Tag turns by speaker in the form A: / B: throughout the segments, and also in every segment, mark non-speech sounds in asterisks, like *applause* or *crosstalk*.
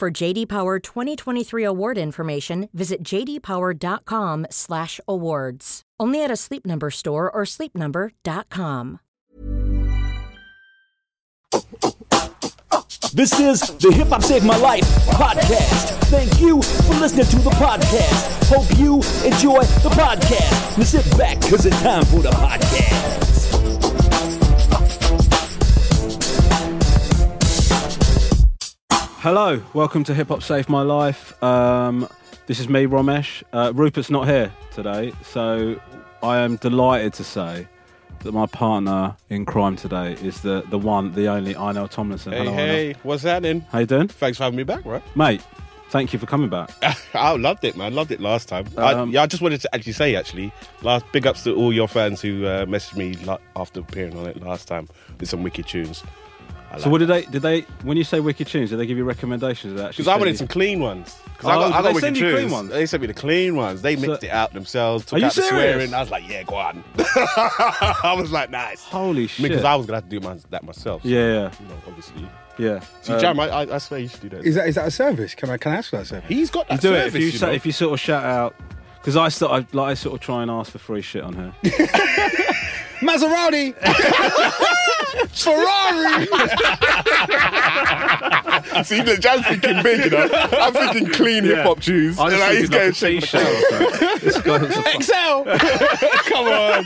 A: For JD Power 2023 award information, visit jdpower.com/awards. Only at a Sleep Number store or sleepnumber.com.
B: This is the Hip Hop Saved My Life podcast. Thank you for listening to the podcast. Hope you enjoy the podcast. Now sit back, cause it's time for the podcast.
C: Hello, welcome to Hip Hop Save My Life. Um, this is me, Romesh. Uh, Rupert's not here today, so I am delighted to say that my partner in crime today is the, the one, the only Inel Tomlinson.
D: Hey,
C: Hello,
D: hey,
C: Inel.
D: what's happening?
C: How you doing?
D: Thanks for having me back, right?
C: Mate, thank you for coming back.
D: I loved it, man. Loved it last time. I,
C: Um,
D: yeah, I just wanted to actually say, actually, last big ups to all your fans who uh, messaged me la- after appearing on it last time with some wicked tunes.
C: So what did they, did they, when you say Wicked Tunes, did they give you recommendations?
D: Because I wanted some clean ones. Because I
C: Oh,
D: got, I
C: did
D: got
C: they
D: wicked
C: send you clean
D: tunes.
C: ones?
D: They sent me the clean ones. They mixed
C: So-
D: it out themselves. Took
C: Are you
D: out the
C: serious?
D: swearing. I was like, yeah, go on. *laughs* I was like, nice.
C: Holy shit.
D: Because I was gonna have to do my, that myself.
C: Yeah,
D: You know, obviously.
C: yeah, yeah.
D: See,
C: Um,
D: Jam, I, I, I swear you should do that.
E: Is that is that a service? Can I can I ask for that service?
D: He's got
C: Uh, You
D: that
C: do
D: service.
C: it if you,
D: know?
C: sa- if you sort of shout out. Because I, sort of, like, I sort of try and ask for free shit on here.
E: Maserati, *laughs* Ferrari.
D: See, the Jan's thinking big, you know. I'm thinking clean hip hop tunes.
C: I
D: And,
C: just
D: like,
C: think
D: he's going
C: it's like a t-shirt. This
E: *laughs*
C: guy's a fuck-
E: Excel. Come on.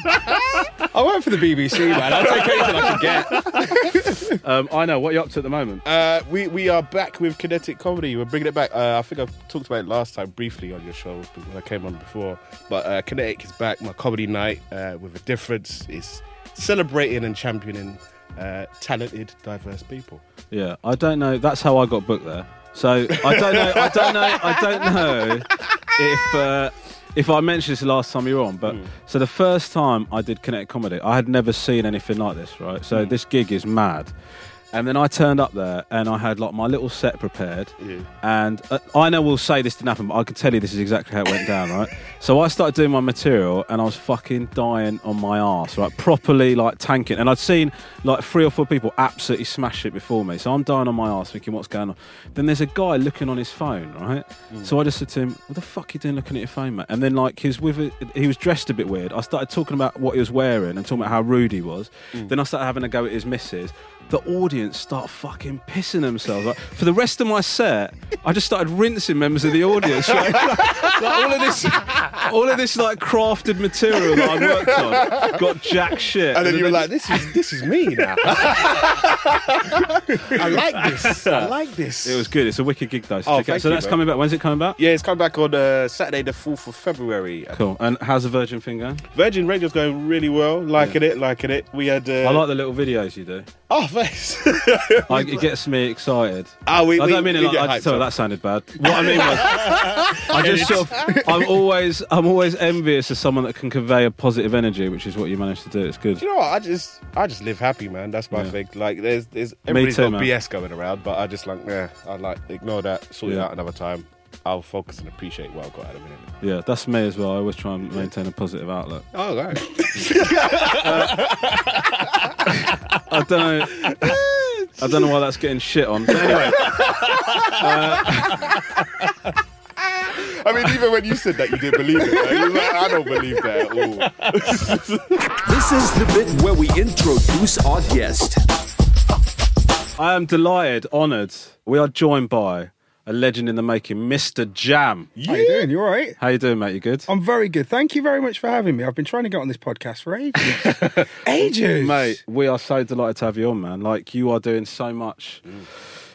E: I work for the BBC, man. I'll take anything I can
C: *laughs*
E: get.
C: um, I know what you're up to at the moment.
D: *laughs* Uh, we we are back with kinetic comedy. We're bringing it back. Uh, I think I talked about it last time briefly on your show when I came on before. But uh, kinetic is back. My comedy night uh, with a difference is celebrating and championing uh, talented, diverse people.
C: Yeah, I don't know. That's how I got booked there. So I don't know. I don't know. I don't know if uh, if I mentioned this the last time you were on. But so the first time I did Kinetic Comedy, I had never seen anything like this. Right. So this gig is mad. And then I turned up there and I had like my little set prepared.
D: Yeah.
C: And uh, I know we'll say this didn't happen, but I can tell you this is exactly how it went down, right? So I started doing my material and I was fucking dying on my ass, right? Properly like tanking. And I'd seen like three or four people absolutely smash it before me. So I'm dying on my ass thinking, what's going on? Then there's a guy looking on his phone, right? So I just said to him, what the fuck you doing looking at your phone, mate? And then like he was with a, he was dressed a bit weird. I started talking about what he was wearing and talking about how rude he was. Then I started having a go at his missus the audience start fucking pissing themselves. Like, for the rest of my set, I just started rinsing members of the audience. Like, like, all of this, all of this like crafted material that I worked on got jack shit.
D: And then you were like, "This is this is me now. *laughs* I like this. I like this."
C: it was good. It's a wicked gig though. So,
D: Oh,
C: check it out.
D: thank
C: so
D: you,
C: that's
D: bro.
C: coming back. When's it coming back?
D: Yeah, it's coming back on uh, Saturday, the fourth of February.
C: Cool. And how's the Virgin thing going?
D: Virgin Radio's going really well. Liking it, liking it. We had. Uh,
C: I like the little videos you
D: *laughs*
C: do.
D: Oh, thanks.
C: I, it gets me excited.
D: Oh, we-
C: I don't
D: we-
C: mean it
D: we
C: like
D: get
C: I,
D: hyped
C: sorry,
D: up.
C: that sounded bad. What I mean
D: *laughs*
C: was, I just sort of, I'm always, I'm always envious of someone that can convey a positive energy, which is what you managed to do. It's good.
D: you know what? I just, I just live happy, man. That's my
C: Yeah.
D: thing. Like, there's, there's everybody's
C: too,
D: got
C: man.
D: BS going around, but I just like, yeah, I like ignore that, sort it
C: Yeah.
D: out another time. I'll focus and appreciate what I've got at a minute.
C: Yeah, that's me as well. I always try and maintain a positive outlook.
D: Oh, right.
C: I don't.
D: *laughs*
C: I don't know why that's getting shit on. But anyway,
D: *laughs* I mean, even when you said that, you didn't believe it. man. You were like, I don't believe that at all.
B: This is the bit where we introduce our guest.
C: I am delighted, honoured. We are joined by a legend in the making, Mr. Jam.
E: How you doing? You all right?
C: How you doing, mate? You good?
E: I'm very good. Thank you very much for having me. I've been trying to get on this podcast for ages.
C: *laughs*
E: ages,
C: Mate, we are so delighted to have you on, man. Like you are doing so much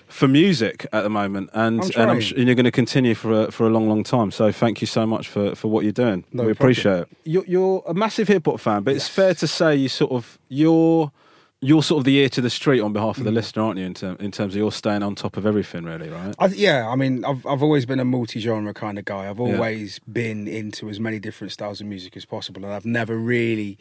C: for music at the moment, and
E: I'm
C: and,
E: trying.
C: sh- and you're going to continue for a, for a long, long time. So thank you so much for, for what you're doing. we appreciate it. You're, you're a massive hip hop fan, but it's fair to say you sort of you're you're sort of the ear to the street on behalf of the listener, aren't you? In, term, in terms of you're staying on top of everything, really, right?
E: I, yeah, I mean, I've I've always been a multi-genre kind of guy. I've always been into as many different styles of music as possible, and I've never really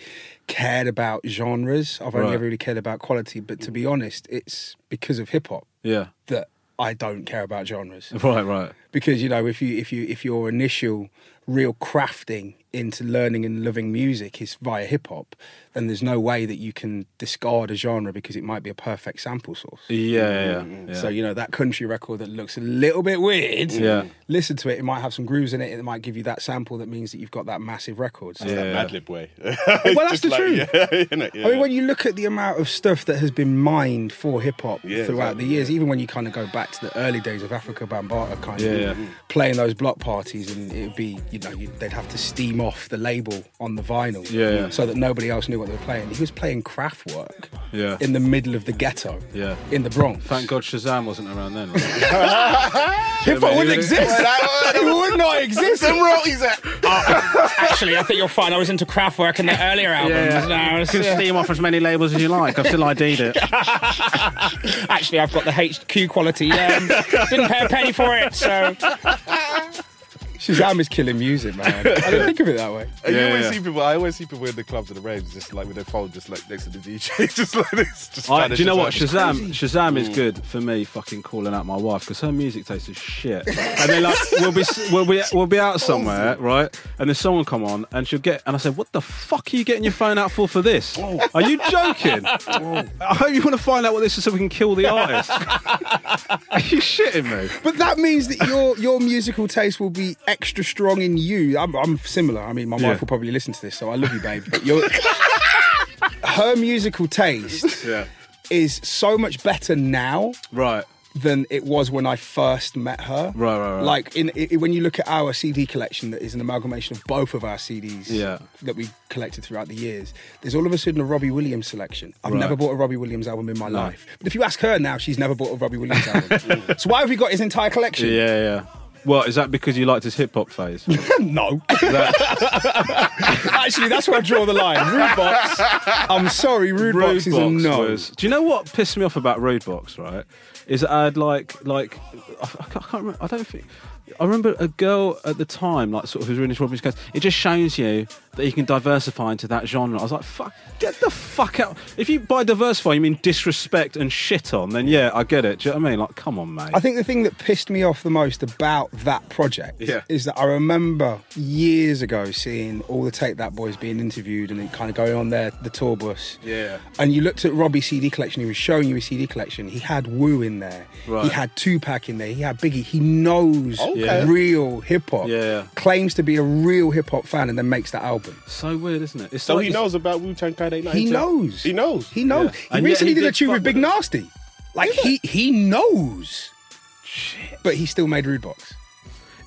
E: cared about genres. I've only
C: Right.
E: ever really cared about quality. But to be honest, it's because of hip hop
C: Yeah. *laughs*
E: that I don't care about genres.
C: Right, right.
E: because you know if you if you if your initial real crafting into learning and loving music is via hip hop, then there's no way that you can discard a genre because it might be a perfect sample source.
C: Yeah, yeah, yeah. yeah.
E: So you know that country record that looks a little bit weird.
C: Yeah.
E: Listen to it; it might have some grooves in it. It might give you that sample that means that you've got that massive record.
D: *laughs*
E: So-
D: It's
C: Yeah.
D: that Madlib way. well,
E: that's the truth.
D: Yeah, *laughs* innit?
E: I mean,
D: Yeah.
E: when you look at the amount of stuff that has been mined for hip hop
D: Yeah,
E: throughout
D: exactly,
E: the years, even when you kind of go back to the early days of Africa Bambata, kind
C: Yeah,
E: of
C: yeah.
E: playing those block parties, and it would be, you know, you, they'd have to steam off the label on the vinyl
C: Yeah, yeah.
E: so that nobody else knew what they were playing. He was playing craft work
C: Yeah.
E: in the middle of the ghetto
C: Yeah.
E: in the Bronx.
C: Thank God Shazam wasn't around *laughs* then. Right?
E: Hip hop wouldn't
C: Yeah.
E: exist.
C: *laughs*
E: *laughs* it would not exist.
D: Some royalties at.
F: Actually, I think you'll find I was into Kraftwerk in the earlier albums. No, it's-
C: steam off as many labels as you like. I've still ID'd it.
F: Actually, I've got the HQ quality. Um, didn't pay a penny for it, so
E: Shazam is killing music, man. I didn't think of it that way.
D: And you
C: Yeah,
D: always
C: yeah.
D: see people. I always see people in the clubs and the raves, just like with their phone, just like next to the DJ, *laughs* just like this.
C: *laughs*
D: Just
C: I,
D: trying to
C: do you know what
D: just,
C: Shazam? Shazam is good for me. Fucking calling out my wife because her music tastes as shit. and then like we'll be we'll be we'll be out somewhere, right? And then someone come on and she'll get and I said, "What the fuck are you getting your phone out for for this? Are you joking? I hope you want to find out what this is so we can kill the *laughs* artist. are you shitting me?
E: But that means that your your musical taste will be extra strong in you. I'm, I'm similar. I mean, my
C: Yeah.
E: wife will probably listen to this, so I love you, babe. But your *laughs* her musical taste
C: Yeah.
E: is so much better now
C: Right.
E: than it was when I first met her.
C: Right, right, right.
E: Like in i when you look at our CD collection, that is an amalgamation of both of our CDs
C: Yeah.
E: that we collected throughout the years. There's all of a sudden a Robbie Williams selection. I've
C: Right.
E: never bought a Robbie Williams album in my life, but if you ask her now, she's never bought a Robbie Williams album.
C: *laughs*
E: so why have we got his entire collection?
C: Yeah, yeah. Well, is that because you liked his hip hop phase?
E: *laughs* No. *laughs*
C: *laughs*
E: Actually, that's where I draw the line. Rudebox. I'm sorry, Rudebox is a
C: Rudebox
E: no.
C: was- Do you know what pissed me off about Roadbox? Right, is that I'd like like I, I can't remember. I don't think. I remember a girl at the time, like sort of, who was really into Robbie's goes, It just shows you that you can diversify into that genre. I was like, "Fuck, get the fuck out!" If you by diversify you mean disrespect and shit on, then yeah, I get it. Do you know what I mean? Like, come on, mate.
E: I think the thing that pissed me off the most about that project
C: Yeah.
E: is that I remember years ago seeing all the Take That Boys being interviewed and it kind of going on their the tour bus.
C: Yeah.
E: And you looked at Robbie's CD collection, he was showing you his CD collection. He had Woo in there, he
C: Right.
E: had Tupac in there, he had Biggie. He knows
D: Okay.
E: real hip hop,
C: Yeah.
E: claims to be a real hip hop fan, and then makes that album.
C: so weird, isn't it? It's
D: So
C: like-
D: he knows about Wu Tang Clan 892.
E: He knows.
D: He knows.
E: He knows.
C: Yeah.
E: He
C: And yet he
E: recently did, a
C: did
E: tune
C: fuck
E: with Big
C: with it.
E: Nasty. Like he he knows. Shit. But he still made Rudebox.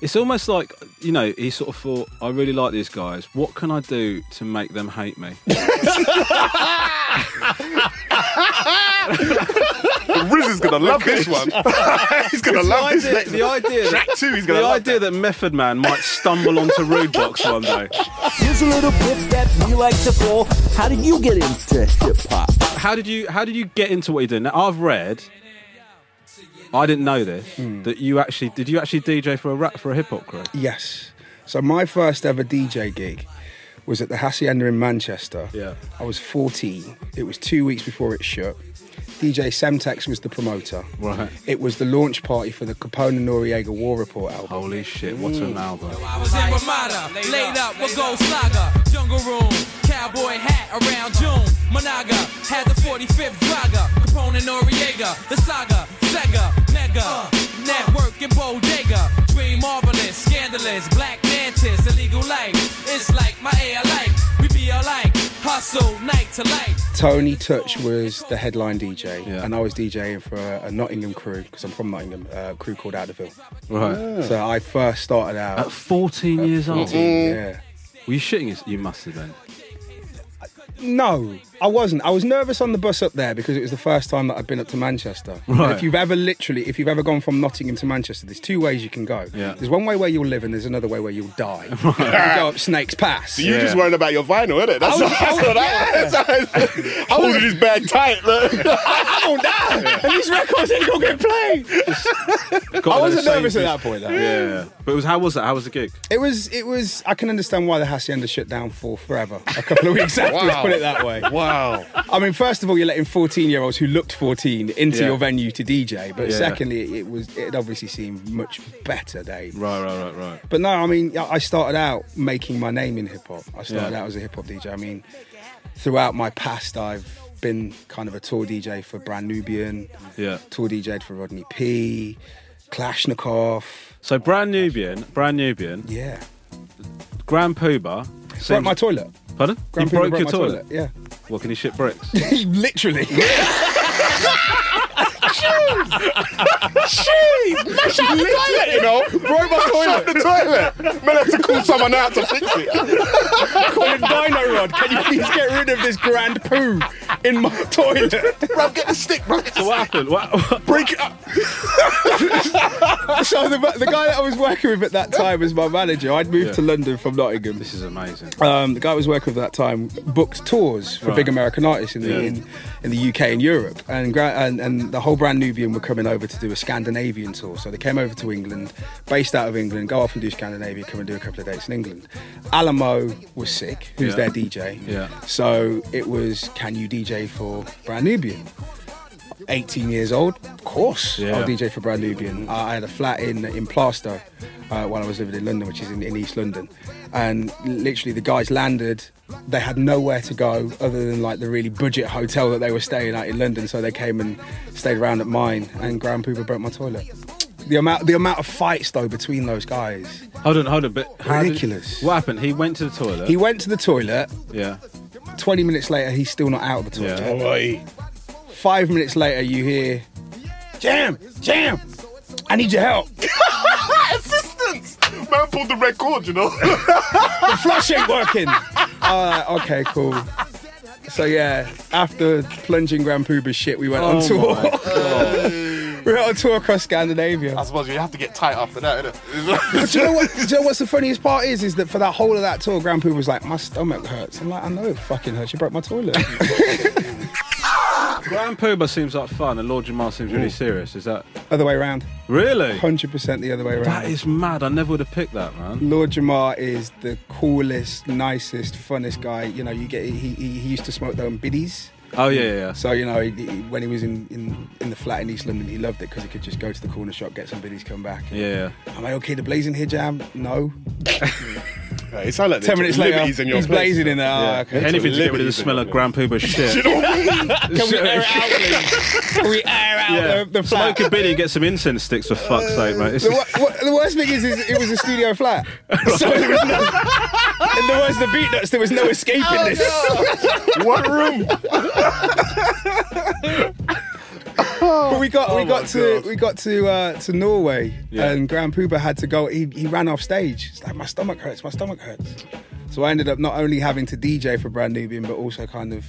C: It's almost like you know he sort of thought, "I really like these guys. What can I do to make them hate me?"
D: Riz is gonna *laughs* love this one. he's gonna love
C: the
D: this.
C: idea,
D: next
C: the
D: one.
C: idea
D: track
C: that,
D: two. He's gonna
C: the
D: love
C: idea that. Method Man might stumble onto Rude Box one day.
B: Here's a little bit that we like to call How Did You Get Into Hip Hop?
C: How did you How did you get into what you're doing? Now I've read, I didn't know this, that you actually did you actually DJ for a rap for a hip hop crew?
E: Yes. So my first ever DJ gig was at the Hacienda in Manchester.
C: Yeah.
E: I was 14. It was two weeks before it shut. DJ Semtex was the promoter.
C: Right.
E: It was the launch party for the Capone and Noriega War Report album.
C: Holy shit! What an album!
G: I was in Ramada, laid up with Gold Saga, Jungle Room, cowboy hat around June. Monaga had the 45th Draga, Capone and Noriega, the Saga, Sega, Mega, Network and Bodega, Dream Marvelous, Scandalous, Black Mantis, Illegal Life. It's like my AI life, we be alike, hustle night to light.
E: Tony Touch was the headline DJ,
C: Yeah.
E: and I was DJing for a, a Nottingham crew because I'm from Nottingham. A crew called Adderville.
C: Right.
E: So I first started out.
C: At 14 years old,
E: Yeah.
C: were you shitting? us? You must have been.
E: No, I wasn't. I was nervous on the bus up there because it was the first time that I'd been up to Manchester. And
C: Right.
E: if you've ever literally, if you've ever gone from Nottingham to Manchester, there's two ways you can go.
C: Yeah.
E: There's one way where you'll live, and there's another way where you'll
C: *laughs*
E: die. you go up Snake's Pass.
D: You just worried about your vinyl, innit? That's what
E: I was- I
D: that's
E: was-
D: what that was. *laughs* Holding his bag tight. Look.
E: I won't die. And these records ain't gonna
C: *laughs*
E: get played.
C: Got
E: I
C: there the
E: wasn't
C: same
E: nervous at
C: bit.
E: that point. Though.
C: Yeah, but it was how was that? How was the gig?
E: It was. It was. I can understand why the hacienda shut down for forever. A couple of weeks *laughs* after. Let's
D: Wow.
E: put it that way.
D: *laughs* *laughs* Wow.
E: I mean, first of all, you're letting 14 year olds who looked 14 into
C: Yeah.
E: your venue to DJ, but
C: Yeah.
E: secondly, it was it had obviously seemed much better days.
C: Right, right, right, right.
E: But no, I mean, I I started out making my name in hip hop. I started
C: Yeah.
E: out as a hip hop DJ. I mean, throughout my past, I've been kind of a tour DJ for Brand Nubian,
C: Yeah.
E: tour DJ'd for Rodney P, Klashnikov.
C: So brand Nubian, brand Nubian,
E: Yeah.
C: Grand Pooba.
E: Broke
C: seems-
E: my toilet.
C: Pardon? you
E: Grand Prix
C: broke,
E: broke
C: your
E: my
C: toilet.
E: Yeah.
C: Well, can you shit bricks?
E: *laughs* Literally.
D: Mash out the toilet, you know. Broke my toilet. the toilet. Man had to call someone out to fix it. *laughs*
E: Calling Dino Rod, can you please get rid of this grand poo in my *laughs* toilet?
D: bro, get the stick, bro. Get the
C: so what happened? What,
D: Break it up.
E: So the, the guy that I was working with at that time was my manager. I'd moved
C: Yeah.
E: to London from Nottingham.
C: this is amazing.
E: Um, the guy I was working with at that time booked tours for
C: Right.
E: big American artists in the
C: Yeah.
E: in, in the UK and Europe, and, gra- and and the whole brand Nubian were coming over to do a Scandinavian tour. So they came over to England, based out of England, go off and do Scandinavia, come and do a couple of dates in England. Alamo was sick, who's
C: Yeah.
E: their DJ.
C: Yeah.
E: So it was, can you DJ for brand Nubian? 18 years old. Of course,
C: Yeah.
E: I'll DJ for Brand Nubian. I I had a flat in in Plaster uh, while I was living in London, which is in, in East London, and literally the guys landed. They had nowhere to go other than like the really budget hotel that they were staying at in London, so they came and stayed around at mine. And Grand Pooper broke my toilet. The amount the amount of fights though between those guys.
C: Hold on, hold on. But how did-
E: Ridiculous.
C: what happened? He went to the toilet.
E: He went to the toilet.
C: yeah.
E: 20 minutes later, he's still not out of the toilet.
C: Yeah.
D: Oi.
E: Five minutes later, you hear, Jam, Jam, I need your help.
D: *laughs* Assistance. Man pulled the red cord, you know.
E: The flush ain't working. *laughs* uh, okay, cool. So yeah, after plunging Grand Pooba's shit, we went on tour. *laughs* we went on tour across
D: *laughs*
E: Scandinavia.
D: I suppose you have to get tight after that, *laughs*
E: But do
D: innit?
E: you know what? Do you know what's the funniest part is? Is that for that whole of that tour, Grand Pooh was like, "My stomach hurts." I'm like, "I know it fucking hurts. You broke my toilet." *laughs*
C: Grand Pooba seems like fun, and Lord Jamal seems really serious. Is that
E: other way around.
C: really?
E: Hundred percent the other way around.
C: That is mad. I never would have picked that, man.
E: Lord Jamar is the coolest, nicest, funnest guy. You know, you get he, he, he used to smoke them biddies.
C: Oh yeah, yeah. yeah.
E: So you know, he, he- when he was in, in, in the flat in East London, he loved it because he could just go to the corner shop, get some biddies, come back.
C: Yeah.
E: Am I okay to blaze in here, Jam? No.
D: It sound like
E: Ten minutes later, he's blazing in there.
C: yeah.
E: Ah, okay.
C: Anything to get rid of the
D: Liberties
C: smell of
D: in your
C: Grand Pooba's
D: *laughs*
C: shit.
E: *laughs* Can we
C: *laughs*
E: air it out, please? Can we air out
C: Yeah.
E: the, the flat?
C: Smoke a bit and get some incense sticks for fuck's sake, mate. This
E: *laughs* The,
C: is-
E: wo- wo- the worst thing is, is, it was a studio flat, *laughs* so there was no, *laughs* and there was the beat nuts. There was no escaping this.
D: One room.
E: But we got we
D: Oh my
E: got to
D: God.
E: we got to uh, to Norway,
C: Yeah.
E: and Grand Pooba had to go. He, he ran off stage. It's like my stomach hurts. My stomach hurts. So I ended up not only having to DJ for Brand Nubian, but also kind of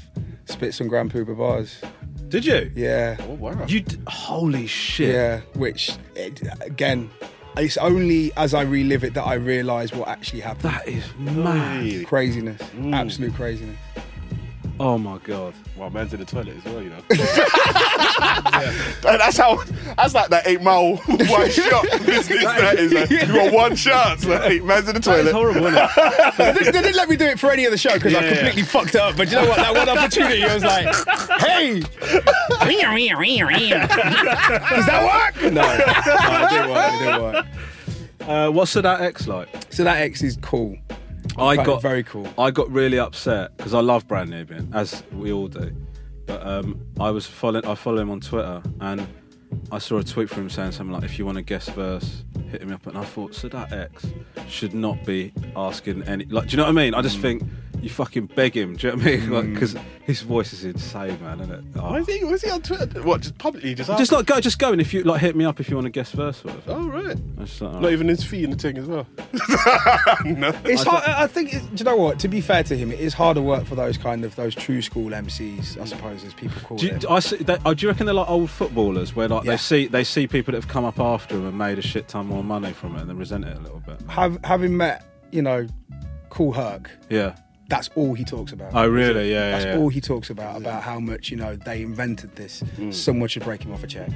E: spit some Grand Pooba bars.
C: Did you?
E: Yeah,
C: You d- holy shit.
E: yeah. Which it, again, it's only as I relive it that I realise what actually happened.
C: That is mad.
E: Craziness,
D: Mm.
E: absolute craziness.
C: Oh my god.
D: Well, man's in the toilet as well, you know. That's how. That's like that eight mile *laughs* one shot business. that is like, you got one chance. Like, man's in the
C: That is
D: toilet.
C: horrible, isn't it?
D: *laughs*
E: they, didn't- they didn't let me do it for any other show because I
C: Yeah.
E: completely fucked it up. But you know what? That one opportunity, I was like, hey, does that work? No, no it didn't work. It didn't work.
C: Uh, what's that ex like?
E: So that X is cool.
C: I
E: Right,
C: got
E: very cool.
C: I got really upset because I love Brand Nubian, as we all do. But um, I was following I follow him on Twitter and I saw a tweet from him saying something like, "If you want a guest verse, hit me up." And I thought Sadat X should not be asking any. Like, do you know what I mean? I just think you fucking beg him. Do you know what I mean? *laughs* Like 'cause because his voice is insane, man, isn't it? Oh.
D: Why is he, why is he on Twitter? What, just publicly? Just,
C: Just
D: asking?
C: like go, just go, and if you like, hit me up if you want to guess verse. Or whatever.
D: Oh, right.
C: That's just like,
D: Not even his fee in the thing as well. no.
E: It's hard. I think. It, do you know what? To be fair to him, it is harder work for those kind of those true school MCs, I suppose, as people call
C: Do you,
E: it.
C: do I see, they, oh, do you reckon they're like old footballers where like
E: Yeah.
C: they see they see people that have come up after them and made a shit ton more money from it and then resent it a little bit?
E: Have, having met, you know, Cool Herc,
C: Yeah.
E: that's all he talks about.
C: Oh really? Yeah.
E: That's
C: yeah, Mm. yeah.
E: all he talks about about how much you know they invented this. Someone should break him off a check,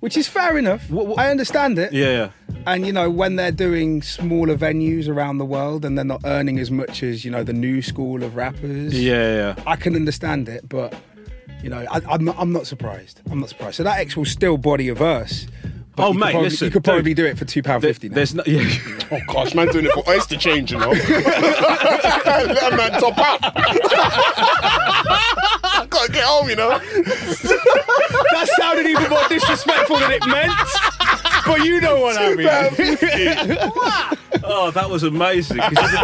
E: which is fair enough.
C: Mm. What- what-
E: I understand it.
C: yeah. Yeah.
E: And you know when they're doing smaller venues around the world and they're not earning as much as you know the new school of rappers.
C: Yeah. Yeah.
E: I can understand it, but you know I, I'm not. I'm not surprised. I'm not surprised. So that X will still body a verse. but
C: Oh,
E: you could
C: mate,
E: probably,
C: listen,
E: you could
C: dude.
E: probably do it for two pound
C: There-
E: fifty.
C: There's no. *laughs* Yeah.
D: Oh gosh, man, doing it for oyster change, you know. *laughs* Let a man top up. *laughs* Gotta get home, you know.
E: that sounded even more disrespectful than it meant. But you know what I
C: *laughs* oh, that was amazing. 'cause you, did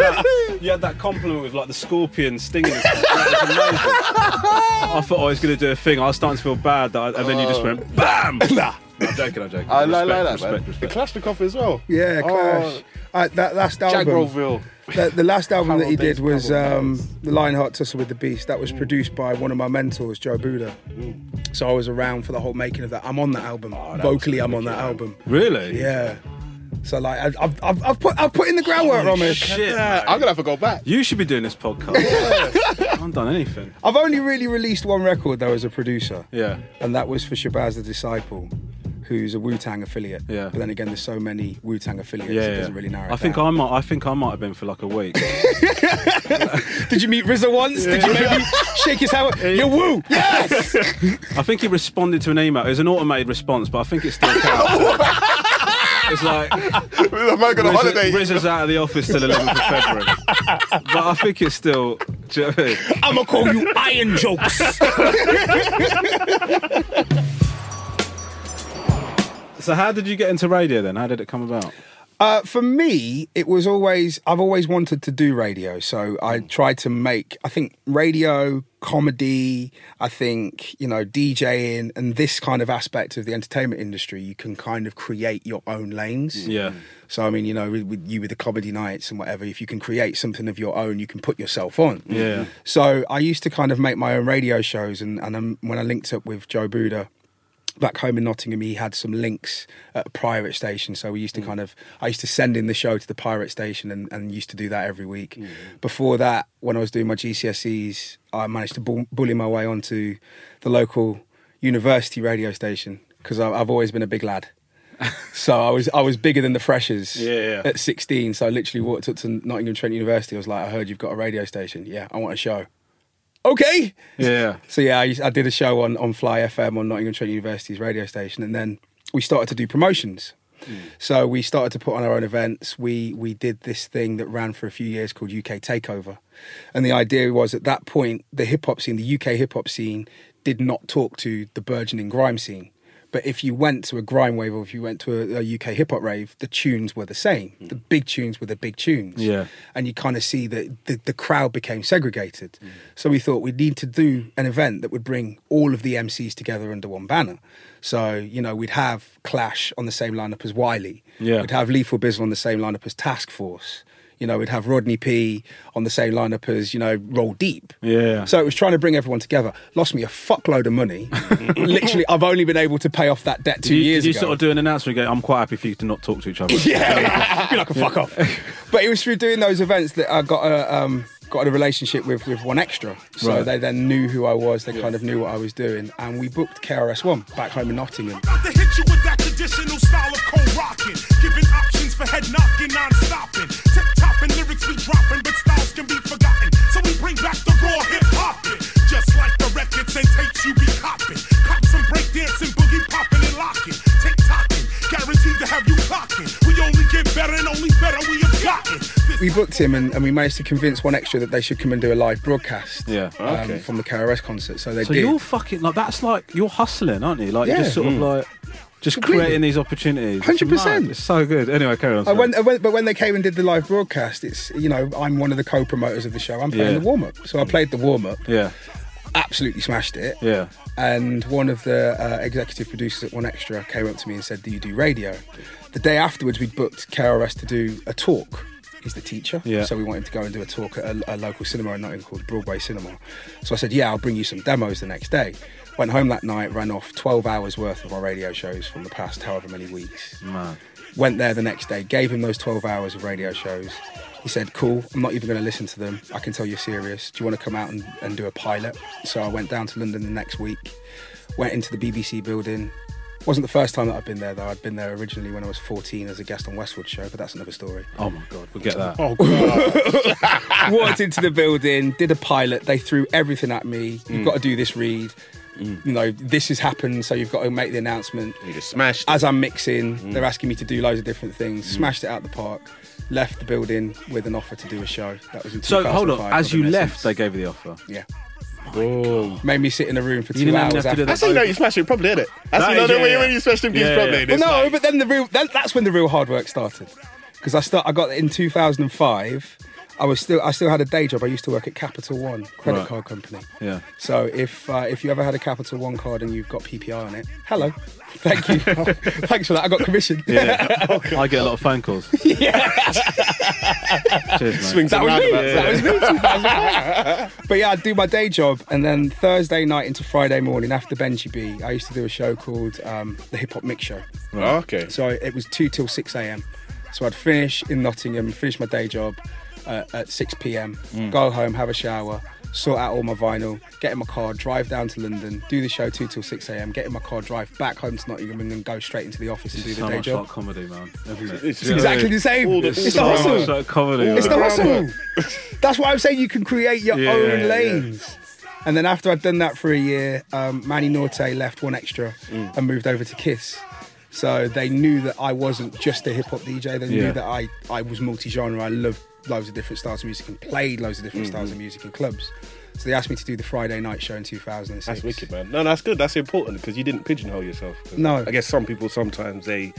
C: that- you had that compliment with like the scorpion stinging. and stuff. That was amazing. I thought I was gonna do a thing. I was starting to feel bad, that I, and then you just went bam. nah. I'm joking. I'm joking.
D: I like,
C: Respect,
D: like that, man.
C: respect,
D: The
C: Respect.
D: Kalashnikov as well.
E: Yeah,
D: Oh,
E: Clash. Uh, that last
D: Jack
E: album.
D: Groville.
E: The, the
C: *laughs*
E: last album that he
D: Harold
E: did
D: Bates,
E: was
D: Harold
E: um,
D: Bates.
E: The Lionheart Tussle with the Beast. That was
C: Mm.
E: produced by one of my mentors, Joe Buda. So I was around for the whole making of that. I'm on that album.
C: Oh,
E: Vocally, I'm on that album.
C: Really?
E: Yeah. So like, I- I've, I've, I've put I've put in the groundwork, Romish.
C: Shit.
D: Yeah,
C: mate.
D: I'm gonna have to go
C: *laughs*
D: back.
C: You should be doing this podcast. I haven't done anything.
E: I've only really released one record though as a producer.
C: Yeah.
E: And that was for Shabazz the Disciple, who's a Wu Tang affiliate.
C: Yeah.
E: But then again, there's so many Wu Tang affiliates.
C: Yeah,
E: it
C: yeah.
E: doesn't really narrow.
C: I
E: it
C: think
E: down.
C: I might. I think I might have been for like a week.
E: Did you meet RZA once? Did
C: *laughs*
E: you maybe shake his hand? You're woo. Yes.
C: I think he responded to an email. It was an automated response, but I think it still
E: *laughs*
C: counts. it's like
D: Am I going on holiday?
C: Riz, Riz is out of the office till 11th of February, but I think it's still. Do you know what I mean?
F: I'm gonna call you Iron Jokes.
C: So how did you get into radio then? How did it come about?
E: Uh, for me, it was always I've always wanted to do radio, so I tried to make I think radio comedy, I think you know DJing and this kind of aspect of the entertainment industry, you can kind of create your own lanes.
C: Yeah.
E: So I mean, you know, with, with you with the comedy nights and whatever, if you can create something of your own, you can put yourself on.
C: Yeah.
E: So I used to kind of make my own radio shows, and and um, when I linked up with Joe Buda back home in Nottingham, he had some links at a pirate station. So we used to kind of, I used to send in the show to the pirate station and, and used to do that every week. Before that, when I was doing my GCSEs, I managed to bull- bully my way onto the local university radio station because I've always been a big lad. So I was I was bigger than the freshers
C: Yeah, yeah.
E: at 16. So I literally walked up to Nottingham Trent University. I was like, I heard you've got a radio station. Yeah, I want a show. Okay.
C: Yeah.
E: So yeah, I, used, I did a show on, on Fly FM on Nottingham Trent University's radio station, and then we started to do promotions. So we started to put on our own events. We we did this thing that ran for a few years called UK Takeover, and the idea was at that point the hip hop scene, the UK hip hop scene, did not talk to the burgeoning grime scene. But if you went to a grime wave or if you went to a, a UK hip hop rave, the tunes were the same. The big tunes were the big tunes
C: Yeah.
E: and you kind of see that the, the crowd became segregated. So we thought we need to do an event that would bring all of the MCs together under one banner. So, you know, we'd have Clash on the same lineup as Wiley.
C: Yeah.
E: We'd have Lethal Bizzle on the same lineup as Task Force. You know, we'd have Rodney P on the same lineup as, you know, Roll Deep.
C: Yeah.
E: So it was trying to bring everyone together. Lost me a fuckload
C: *laughs*
E: of money. Literally, I've only been able to pay off that debt two
C: you,
E: years
C: did you
E: ago.
C: sort of do an announcement? and Go, I'm quite happy for you to not talk to each other.
E: *laughs* Yeah, you're like a fuck off. *laughs* But it was through doing those events that I got a um, got a relationship with with One Extra. So
C: Right.
E: they then knew who I was. They kind of knew what I was doing, and we booked KRS One back home in Nottingham.
H: About to hit you with that traditional style of cold rocking. Giving options for head knocking, non stopping. Tip topping lyrics be dropping, but styles can be forgotten. So we bring back the raw hip hopping. Just like the records and tapes you be copping. Cops and break dancing, boogie popping and locking. Tick tocking, guaranteed to have you clocking. We only get better and only better we have gotten. This
E: We booked him, and, and we managed to convince One Extra that they should come and do a live broadcast.
C: Yeah.
E: um, from the KRS concert. So they
C: So
E: did.
C: you're fucking like that's like you're hustling, aren't you? Like
E: Yeah. Mm.
C: you're just sort of like Just
E: Completely.
C: creating these opportunities. It's
E: 100%.
C: mad. It's so good. Anyway, carry on.
E: I
C: sorry.
E: went, I went- but when they came and did the live broadcast, it's you know I'm one of the co-promoters of the show. I'm playing
C: Yeah.
E: the warm up, so I played the warm up,
C: yeah,
E: absolutely smashed it.
C: yeah.
E: And one of the uh, executive producers at One Extra came up to me and said, "Do you do radio?" The day afterwards, we booked KRS to do a talk. He's the teacher,
C: Yeah.
E: so we wanted to go and do a talk at a, a local cinema in Nottingham called Broadway Cinema. So I said, "Yeah, I'll bring you some demos the next day." Went home that night, ran off 12 hours worth of our radio shows from the past however many weeks.
C: Man.
E: Went there the next day, gave him those 12 hours of radio shows. He said, Cool, I'm not even going to listen to them. I can tell you're serious. Do you want to come out and, and do a pilot? So I went down to London the next week, went into the BBC building. Wasn't the first time that I'd been there, though. I'd been there originally when I was 14 as a guest on Westwood Show, but that's another story.
C: Oh my god, we get that.
D: Oh, God.
E: Walked into the building, did a pilot. They threw everything at me. You've
C: Mm.
E: got to do this read. You know, this has happened, so you've got to make the announcement.
D: you just smashed.
E: as I'm mixing,
C: Mm.
E: they're asking me to do loads of different things. Smashed it out the park. Left the building with an offer to do a show. That was in
C: So hold on,
E: 2005,
C: as you
E: Robin
C: left, they
E: Essence.
C: gave you the offer.
E: yeah,
D: Boom.
E: *laughs* made me sit in a room for two
C: You didn't
E: hours.
C: even have to
E: after.
C: do
D: That's
C: that.
D: how you know you smashed it properly, isn't it? That's
C: That
D: how you know
C: is,
D: that
C: yeah,
D: when, you-
C: yeah.
D: when you smashed them gigs
C: Yeah,
D: properly.
C: yeah.
D: it's
E: Well, no,
D: like-
E: but then the real that, that's when the real hard work started. Because I start, I got in 2005. I was still, I still had a day job. I used to work at Capital One credit
C: Right.
E: card company.
C: Yeah.
E: So if uh, if you ever had a Capital One card and you've got PPI on it, hello, *laughs* thank you, thanks for that. I got commission.
C: Yeah. I get a lot of phone calls. yeah. Cheers, mate.
D: Swings
E: *laughs* That
D: and
E: was me.
D: roundabouts.
E: That was me. 2005. *laughs* but yeah, I'd do my day job, and then Thursday night into Friday morning after Benji B, I used to do a show called um, the Hip Hop Mix Show.
D: Oh, okay.
E: So it was two till six a.m. So I'd finish in Nottingham, finish my day job uh, at six p.m., go home, have a shower. Sort out all my vinyl, get in my car, drive down to London, do the show 2 till 6 a.m., get in my car, drive back home to Nottingham, and then go straight into the office and do
C: It's
E: the
C: so
E: day
C: much
E: job.
C: like comedy, man. Isn't it?
D: It's uh,
E: It's exactly the same.
D: All the-
E: it's the
D: all the-
E: hustle.
C: So much like comedy.
E: It's the
C: man.
E: hustle. That's why I'm saying you can create your
C: Yeah,
E: own
C: yeah.
E: lanes. And then after I'd done that for a year, um, Manny Norte left One Extra
C: Mm.
E: and moved over to Kiss. So they knew that I wasn't just a hip hop DJ. They
C: Yeah.
E: knew that I, I was multi genre. I loved loads of different styles of music and played loads of
C: Mm-hmm.
E: different styles of music in clubs. So they asked me to do the Friday night show in 2006.
D: That's wicked, man. No, that's good. That's important because you didn't pigeonhole yourself. 'Cause
E: No.
D: I guess some people sometimes they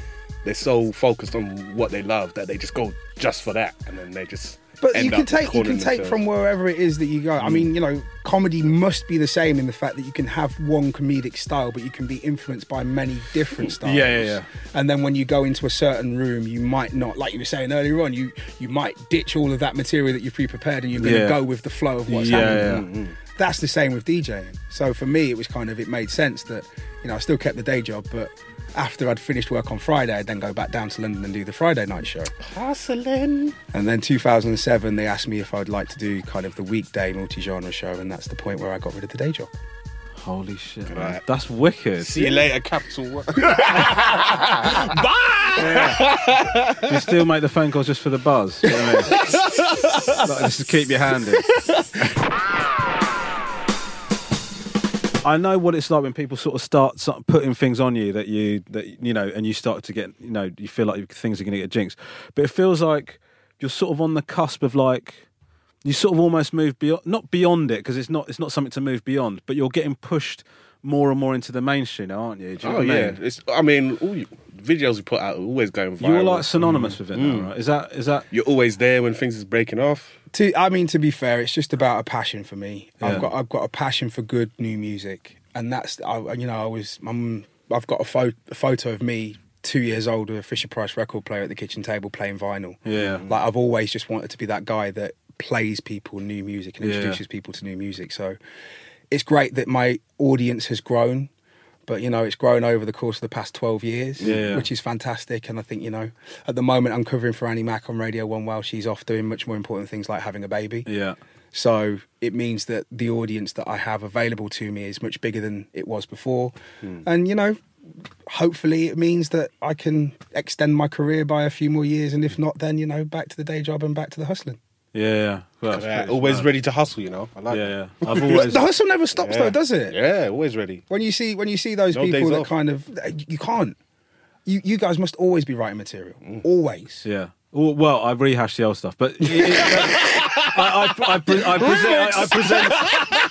D: they're so focused on what they love that they just go just for that, and then they just.
E: But
D: end
E: you can
D: up
E: take you
D: cornering
E: can take
D: themselves.
E: from wherever it is that you go. I
C: Mm.
E: mean, you know, comedy must be the same in the fact that you can have one comedic style, but you can be influenced by many different styles.
C: Yeah, yeah, yeah.
E: And then when you go into a certain room, you might not, like you were saying earlier on, you you might ditch all of that material that you've pre-prepared, and you're going to
C: Yeah.
E: go with the flow of what's
C: Yeah,
E: happening. Mm, That's the same with DJing. So for me, it was kind of it made sense that you know I still kept the day job, but after I'd finished work on Friday, I'd then go back down to London and do the Friday night show.
D: hustling.
E: And then 2007, they asked me if I'd like to do kind of the weekday multi-genre show, and that's the point where I got rid of the day job.
C: Holy shit, man.
D: Right.
C: That's wicked.
D: See you later, Capital
E: *laughs*
D: One.
C: You still make the phone calls just for the buzz. You know what
D: *laughs*
C: I mean? like, just to keep your hand in. I know what it's like when people sort of start sort of putting things on you that you that you know, and you start to get you know, you feel like you- things are going to get jinxed. But it feels like you're sort of on the cusp of like you sort of almost move beyond not beyond it because it's not it's not something to move beyond, but you're getting pushed more and more into the mainstream, now, aren't you? Do you know
D: Oh
C: what I
D: yeah,
C: mean?
D: it's. I mean, all you, videos you put out are always going viral.
C: You're like
D: Mm.
C: synonymous with it now, right? Is that is that
D: You're always there when things is breaking off.
E: To, I mean, to be fair, it's just about a passion for me.
C: Yeah.
E: I've got I've got a passion for good new music, and that's I, you know I was I'm, I've got a, pho- a photo of me two years old with a Fisher Price record player at the kitchen table playing vinyl.
C: Yeah.
E: like I've always just wanted to be that guy that plays people new music and
C: Yeah.
E: introduces people to new music. So it's great that my audience has grown. But you know, it's grown over the course of the past twelve years,
C: Yeah.
E: which is fantastic. And I think you know, at the moment, I'm covering for Annie Mack on Radio One while she's off doing much more important things like having a baby.
C: yeah.
E: So it means that the audience that I have available to me is much bigger than it was before.
D: Hmm.
E: And, you know, hopefully it means that I can extend my career by a few more years. And if not, then, you know, back to the day job and back to the hustling.
C: Yeah, yeah. Well, that's
D: Yeah,
C: pretty
D: always
C: smart.
D: ready to hustle. You know. I like that.
C: Yeah,
D: *laughs*
C: yeah. I've always.
E: the hustle never stops, though, does it?
D: Yeah, always ready.
E: When you see when you see those
D: No
E: people
D: days
E: that
D: off.
E: kind of you can't, you you guys must always be writing material,
D: Mm.
E: always.
C: yeah. Well, well, I rehashed the old stuff, but it- it- I, I, I, pre- I, present, I, I present,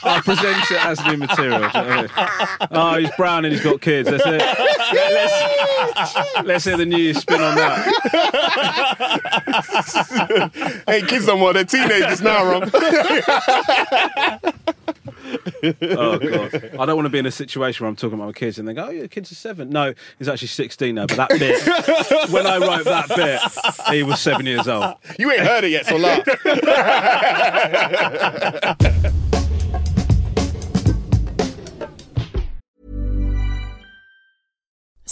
C: I present it as new material. do you know what I mean? Oh, he's brown and he's got kids. That's it. Let's, Let's hear the new spin on that.
D: Ain't kids no more. They're teenagers now, Rob.
C: Oh god, I don't want to be in a situation where I'm talking about my kids and they go, "Oh, your kids are seven. No, he's actually 16 now. But that bit, when I wrote that bit, he was seven years old.
D: *laughs* you ain't heard it yet, so *laughs* laugh.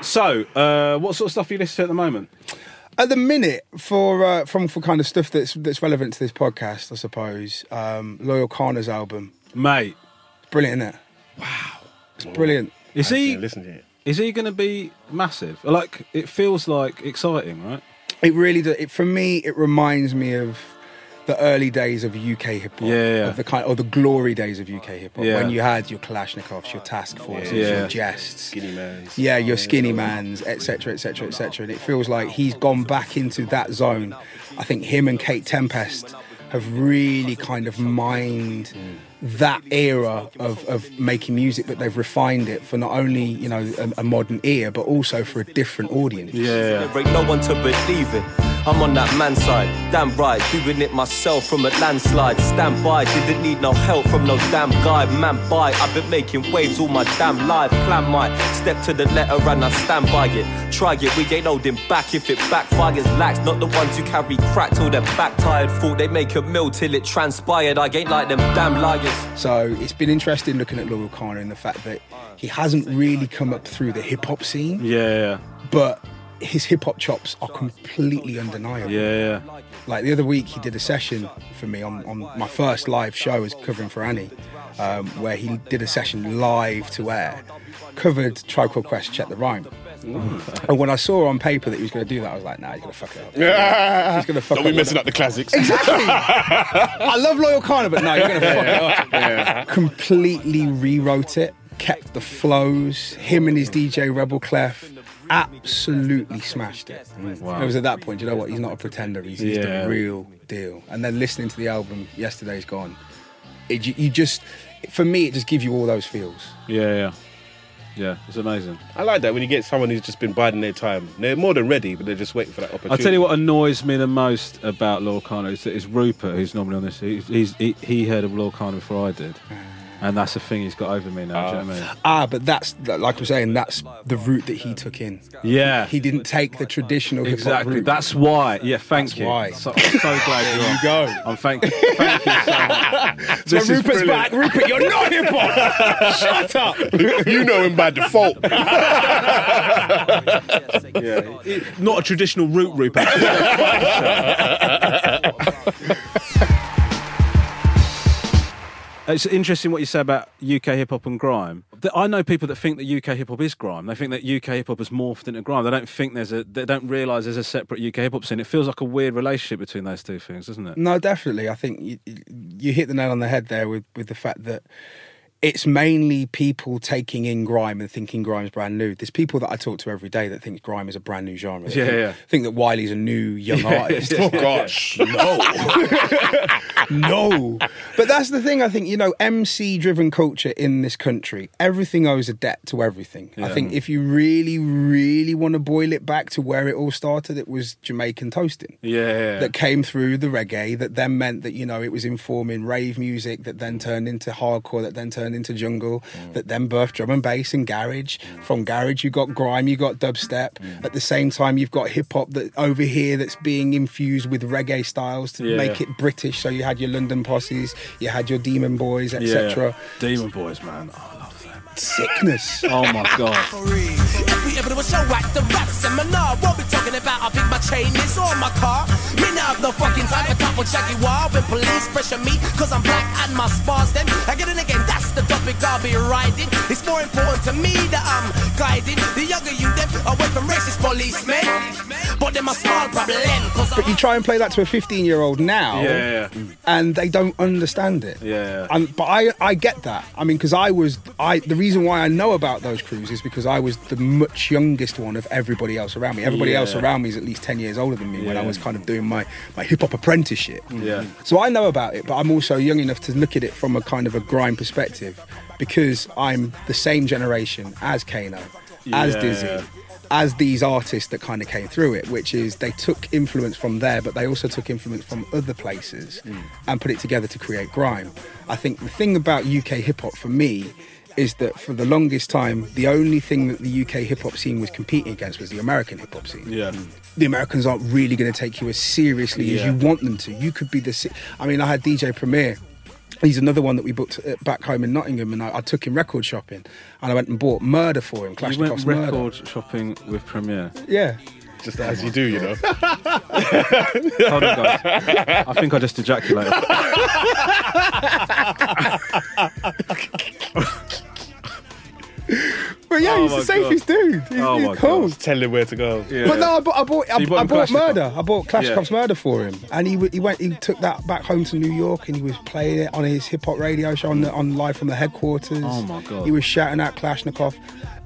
C: So, uh, what sort of stuff are you listening to at the moment?
E: At the minute, for uh, from for kind of stuff that's that's relevant to this podcast, I suppose. Um, Loyal Kana's album,
C: Mate,
E: brilliant, isn't it? Wow, it's brilliant.
C: is he
D: Listen to it.
C: is he going to be massive? Like, it feels like exciting, right?
E: It really does. It, for me, it reminds me of the early days of UK hip
C: Yeah,
E: hop,
C: yeah.
E: of the kind, or the glory days of UK hip hop
C: Yeah.
E: when you had your Kalashnikovs, your Task Forces,
C: Yeah.
E: your Jests,
D: Skinny man.
E: yeah, your skinny man's, etc., etc., etc. And it feels like he's gone back into that zone. I think him and Kate Tempest have really kind of mined that era of, of making music, but they've refined it for not only you know a, a modern ear, but also for a different audience.
C: Yeah.
I: There ain't no one to believe in. I'm on that man side, damn right, doing it myself from a landslide. Stand by, didn't need no help from no damn guy. Man, bye, I've been making waves all my damn life. Plan my step to the letter and I stand by it. Try it, we ain't holding back if it backfires. Lax, not the ones who carry crack till they're back tired. Thought they make a meal till it transpired. I ain't like them damn liars.
E: So it's been interesting looking at Laurel Connor and the fact that he hasn't really come up through the hip hop scene,
C: Yeah,
E: but his hip hop chops are completely undeniable.
C: yeah,
E: Like the other week, he did a session for me on, on my first live show as covering for Annie, um, where he did a session live to air, covered Tribe Called Quest, Check the Rhyme. And when I saw on paper that he was going to do that, I was like, nah, he's going to fuck it up. He's going to fuck
D: Don't be
E: it
D: messing up the classics.
E: Exactly. I love Loyal Kana, but no,
C: *laughs*
E: you're gonna fuck it up. Completely rewrote it, kept the flows. Him and his DJ Rebel Clef absolutely smashed it. It was at that point. You know what? He's not a pretender. He's, he's
C: Mm, Yeah.
E: the real deal. And then listening to the album, yesterday's gone. It, you, you just, for me, it just gives you all those feels.
C: yeah, yeah, yeah. It's amazing.
D: I like that when you get someone who's just been biding their time. They're more than ready, but they're just waiting for that opportunity.
C: I'll tell you what annoys me the most about Lord Kano is that it's Rupert who's normally on this. He's, he's, he, he heard of Lord Kano before I did. And that's the thing he's got over me now. do you know what I mean?
E: Ah, but that's like I'm saying. That's the route that he took in.
C: Yeah.
E: He didn't take the traditional hip-hop
C: Exactly.
E: route.
C: That's why. Yeah, thank
E: That's
C: you.
E: why.
C: So, I'm so glad you're
E: There you
C: I'm thank, thank you *laughs* so much. This is
E: Rupert's
C: brilliant.
E: back. Rupert, you're not hip
C: *laughs*
E: hop. Shut up.
D: *laughs* you know him by default.
C: Not a traditional route, Rupert.
E: *laughs*
C: It's interesting what you say about UK hip hop and grime. Th- I know people that think that UK hip hop is grime. They think that UK hip hop has morphed into grime. They don't think there's a. They don't realise there's a separate UK hip hop scene. It feels like a weird relationship between those two things, doesn't it?
E: No, definitely. I think you, you hit the nail on the head there with, with the fact that it's mainly people taking in grime and thinking grime's brand new. There's people that I talk to every day that think grime is a brand new genre. They
C: Yeah,
E: think,
C: yeah.
E: think that Wiley's a new
C: *laughs*
E: young artist.
D: Oh gosh, no.
E: *laughs* no. But that's the thing. I think, you know, MC driven culture in this country, everything owes a debt to everything. I think if you really, really want to boil it back to where it all started, it was Jamaican toasting.
C: Yeah.
E: That came through the reggae, that then meant that, you know, it was informing rave music, that then turned into hardcore, that then turned into jungle, that then birthed drum and bass and garage. From garage, you got grime, you got dubstep. At the same time, you've got hip hop that over here that's being infused with reggae styles to
C: Yeah.
E: make it British. So you had your London posses, you had your Demon Boys, etc.
C: Demon Boys, man. Oh, I love them.
E: Sickness.
C: Oh my god.
E: *laughs*
G: If we ever do a show at the rap seminar, what we talking about? I pick my chain, it's on my car. Me now have no fucking time for top of Jackie Wall. When police pressure me, cause I'm black and my spars them. I get in again, that's the topic I'll be riding. It's more important to me that I'm guiding the younger you them away from racist policemen. But them a small problem, cause I'm
E: But you try and play that to a 15 year old now.
C: Yeah.
E: and they don't understand it.
C: Yeah.
E: And but I I get that. I mean, because I was I the reason why I know about those crews is because I was the much youngest one of everybody else around me. Everybody
C: Yeah.
E: else around me is at least ten years older than me when I
C: Yeah.
E: was kind of doing my my hip hop apprenticeship.
C: Yeah.
E: So I know about it, but I'm also young enough to look at it from a kind of a grind perspective because I'm the same generation as Kano, as
C: Yeah.
E: Dizzy, as these artists that kind of came through it, which is they took influence from there, but they also took influence from other places
C: Hmm.
E: and put it together to create grime. I think the thing about UK hip hop for me is that for the longest time, the only thing that the UK hip hop scene was competing against was the American hip hop scene
C: Yeah.
E: the Americans aren't really going to take you as seriously as
C: Yeah.
E: you want them to. You could be the. se- I mean, I had DJ Premier. He's another one that we booked uh, back home in Nottingham, and I, I took him record shopping, and I went and bought Murder for him. Clash
C: You went
E: Murder.
C: record shopping with
E: *laughs*
C: Premiere.
E: Yeah.
D: *laughs* Just as you do, you know.
C: Hold on, guys. I think I just
E: *laughs*
C: ejaculated.
E: But yeah,
C: Oh
E: he's
C: my
E: the safest dude. He's,
C: Oh my
E: he's cool.
D: Tell him where to go. Yeah.
E: But no, I bought, I bought, I,
C: you bought
E: I
C: him
E: bought
C: Clash
E: Murder.
C: Cup?
E: I bought Clash
C: Yeah.
E: Cops Murder for him, and he w- he went, he took that back home to New York, and he was playing it on his hip hop radio show on, the, on live from the headquarters.
C: Oh, my God.
E: He was shouting out Klashnikov,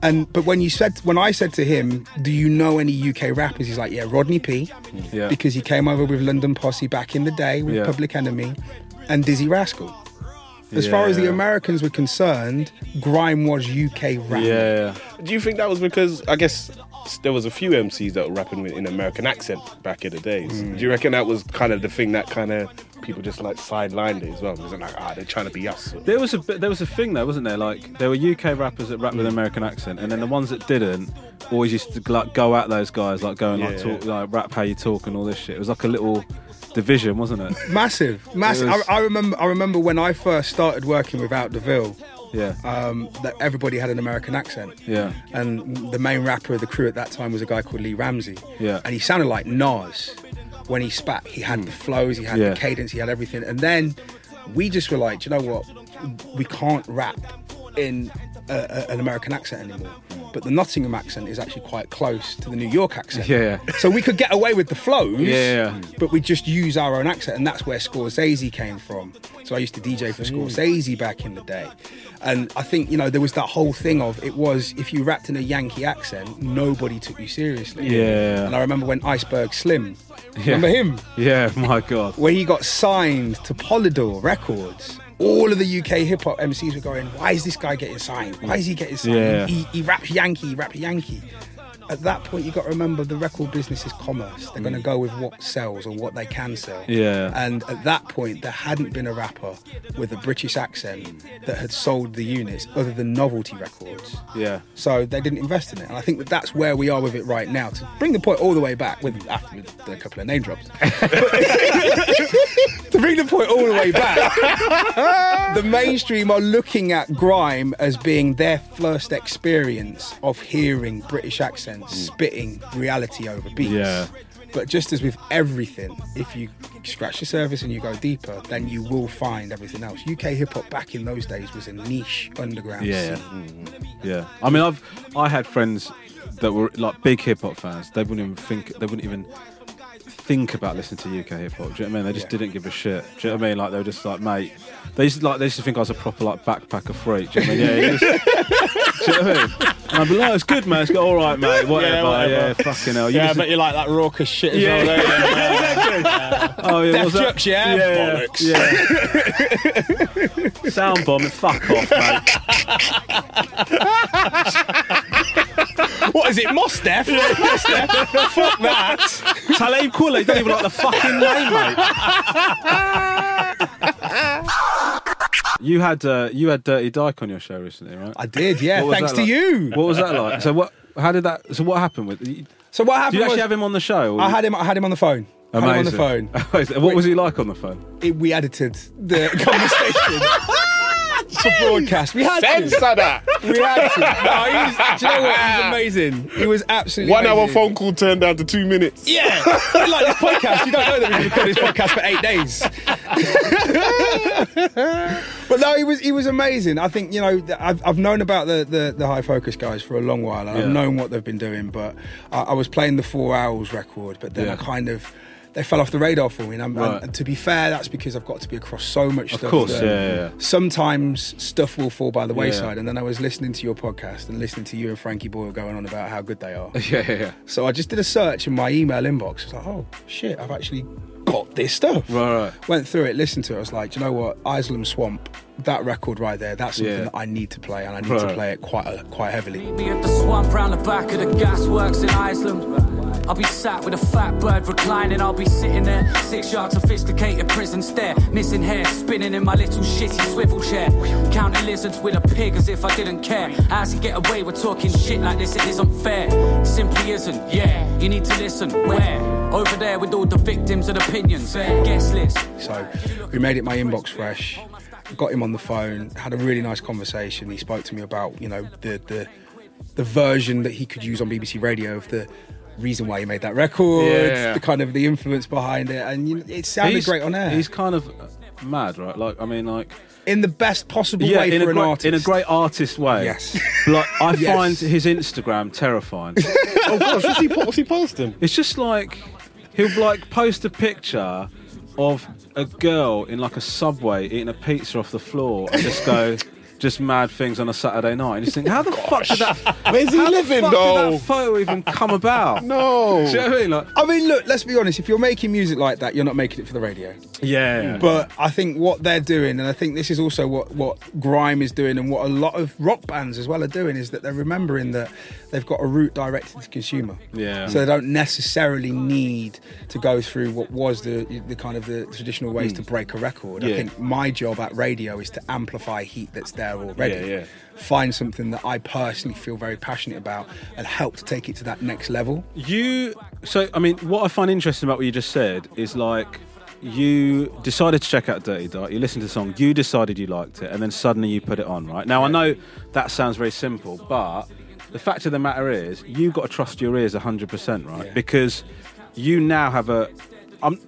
E: and but when you said when I said to him, "Do you know any UK rappers?" He's like, "Yeah, Rodney P,
C: Yeah.
E: because he came over with London Posse back in the day with
C: Yeah.
E: Public Enemy, and Dizzy Rascal." As far as the
C: Yeah.
E: Americans were concerned, grime was UK rap.
C: Yeah.
D: Do you think that was because I guess there was a few MCs that were rapping with, in American accent back in the days? Do you reckon that was kind of the thing that kind of people just like sidelined it as well? Was it like ah, they're trying to be us?
C: There was a bit- there was a thing though, wasn't there? Like there were UK rappers that
E: Mm.
C: rap with an American accent, and then the ones that didn't always used to like go at those guys, like going like
D: Yeah.
C: talk, like rap how you talk and all this shit. It was like a little division, wasn't
E: *laughs*
C: it?
E: Massive, massive.
C: was-
E: I, I remember. I remember when I first started working with Out Deville,
C: Yeah.
E: um, that everybody had an American accent.
C: Yeah.
E: And the main rapper of the crew at that time was a guy called Lee Ramsey.
C: Yeah.
E: And he sounded like Nas when he spat. He had the flows, he had
C: Hmm. Yeah.
E: the cadence, he had everything. And then we just were like, "Do you know what? We can't rap in a, a- an American accent anymore.
C: Hmm.
E: But the Nottingham accent is actually quite close to the New York accent.
C: Yeah.
E: So we could get away with the flows.
C: Yeah.
E: But we just use our own accent, and that's where Scorsese came from. So I used to DJ
C: Mm.
E: for Scorsese back in the day. And I think, you know, there was that whole thing of it was if you rapped in a Yankee accent, nobody took you seriously.
C: Yeah.
E: And I remember when Iceberg Slim, remember him?
C: *laughs* Yeah. My God.
E: Where he got signed to Polydor Records. All of the UK hip hop MCs were going, why is this guy getting signed? Why is he getting signed?
C: Yeah.
E: He, he raps Yankee, he raps Yankee. At that point, you got to remember the record business is commerce. They're going to go with what sells or what they can sell.
C: Yeah.
E: And at that point, there hadn't been a rapper with a British accent that had sold the units other than novelty records.
C: Yeah.
E: So they didn't invest in it. And I think that that's where we are with it right now. To bring the point all the way back, with after we did a couple of name drops, to bring the point all the way back, the mainstream are looking at grime as being their first experience of hearing British accents spitting reality over beats.
C: Mm. Yeah.
E: But just as with everything, if you scratch the surface and you go deeper, then you will find everything else. UK hip hop back in those days was a niche underground
C: Yeah. Mm-hmm.
E: scene.
C: Yeah. I mean, I've I had friends that were like big hip hop fans. They wouldn't even think. They wouldn't even think about listening to UK hip hop. Do you know what I mean? They just didn't give a shit. Do you know what I mean? Like they were just like, mate. They used to, like they used to think I was a proper like backpacker freak. Do you know what I mean?
F: *laughs*
C: Yeah, yeah. do you know what I mean? And I'd be like, oh, it's good, man. It's good. All right, mate. Whatever. Yeah,
F: whatever.
C: fucking hell. You
F: yeah,
C: listen-
F: but you like that raucous shit as
C: Yeah.
F: well, don't you?
C: *laughs* Oh, yeah,
F: Def
C: was that-
F: Jux, yeah? Bollocks. *laughs*
C: Yeah. Sound bomb, fuck off, mate.
F: What is it, Moss Def? Moss Def? Fuck that.
C: Talib Kweli, you don't even like the fucking name, mate. You had uh, you had Dirty Dyke on your show recently, right?
E: I did, yeah.
C: What was
E: Thanks
C: that
E: to
C: like?
E: you.
C: What was that like? So what? How did that? So what happened with? Did
E: So what happened?
C: you actually
E: was-
C: have him on the show? or
E: I
C: you-
E: had him. I had him on the phone.
C: Amazing.
E: Had him on the phone.
C: Amazing. *laughs* what was he like on the phone?
E: It- we edited
D: *laughs*
E: the conversation. For broadcast, we had to.
D: Censor that.
E: We had to. No, he was, do you know what? He was amazing. He was absolutely
D: *laughs* One hour
E: amazing.
D: phone call turned down to two minutes.
E: Yeah, like this podcast. You don't know that we've been recording this podcast for eight days. *laughs* but no, he was he was amazing. I think you know th- I've, I've known about the, the the high focus guys for a long while. and I've
C: Yeah.
E: known what they've been doing, but I, I was playing the Four Owls record, but then
C: Yeah.
E: I kind of. They fell off the radar for me, and, I'm,
C: Right.
E: and to be fair, that's because I've got to be across so much stuff.
C: course,
E: that
C: yeah, yeah, yeah.
E: Sometimes stuff will fall by the wayside, and then I was listening to your podcast and listening to you and Frankie Boyle going on about how good they are.
C: Yeah, yeah, yeah.
E: So I just did a search in my email inbox. I was like, oh shit, I've actually got this stuff.
C: Right, right.
E: Went through it, listened to it. I was like, do you know what? Islam Swamp, that record right there, that's something
C: Yeah.
E: that I need to play, and I need
C: Right.
E: to play it quite quite heavily.
G: Be at the swamp round the back of the gasworks in Iceland. I'll be sat with a fat bird reclining. I'll be sitting there, six yard sophisticated prison stare, missing hair, spinning in my little shitty swivel chair. Counting lizards with a pig as if I didn't care. How's he get away with talking shit like this? It isn't fair. Simply isn't. Yeah, you need to listen. Where? Over there with all the victims and opinions. Guest list.
E: So we made it my inbox fresh. Got him on the phone, had a really nice conversation. He spoke to me about, you know, the the, the version that he could use on BBC Radio of the reason why he made that record,
C: Yeah.
E: the kind of the influence behind it, and you know, it sounded
C: He's
E: great on air.
C: He's kind of uh, mad, right? Like, I mean, like.
E: in the best possible
C: yeah,
E: way
C: in
E: for
C: a
E: an
C: great,
E: artist.
C: In a great artist way.
E: Yes.
C: Like, I
E: *laughs* Yes.
C: find his Instagram terrifying.
D: Oh gosh, what's he, po- what's he *laughs* posting?
C: it's just like he'll like post a picture of a girl in like a subway eating a pizza off the floor and just go *laughs* just mad things on a Saturday night and you just think, how the fuck did that
D: Where's he
C: how the
D: living
C: fuck
D: though?
C: did that photo even come about?
D: *laughs* No.
C: Do you know what I mean? Like,
E: I mean, look, let's be honest. If you're making music like that, you're not making it for the radio.
C: yeah.
E: But I think what they're doing, and I think this is also what, what grime is doing, and what a lot of rock bands as well are doing, is that they're remembering that they've got a route directed to consumer.
C: Yeah.
E: So they don't necessarily need to go through what was the the kind of the traditional ways to break a record.
C: Hmm. Yeah.
E: I think my job at radio is to amplify heat that's there already.
C: Yeah, yeah.
E: Find something that I personally feel very passionate about and help to take it to that next level.
C: You so I mean, what I find interesting about what you just said is like you decided to check out Dirty Dark, you listened to the song, you decided you liked it, and then suddenly you put it on, right? Now I know that sounds very simple, but the fact of the matter is you gotta trust your ears hundred percent, right? Because you now have a um,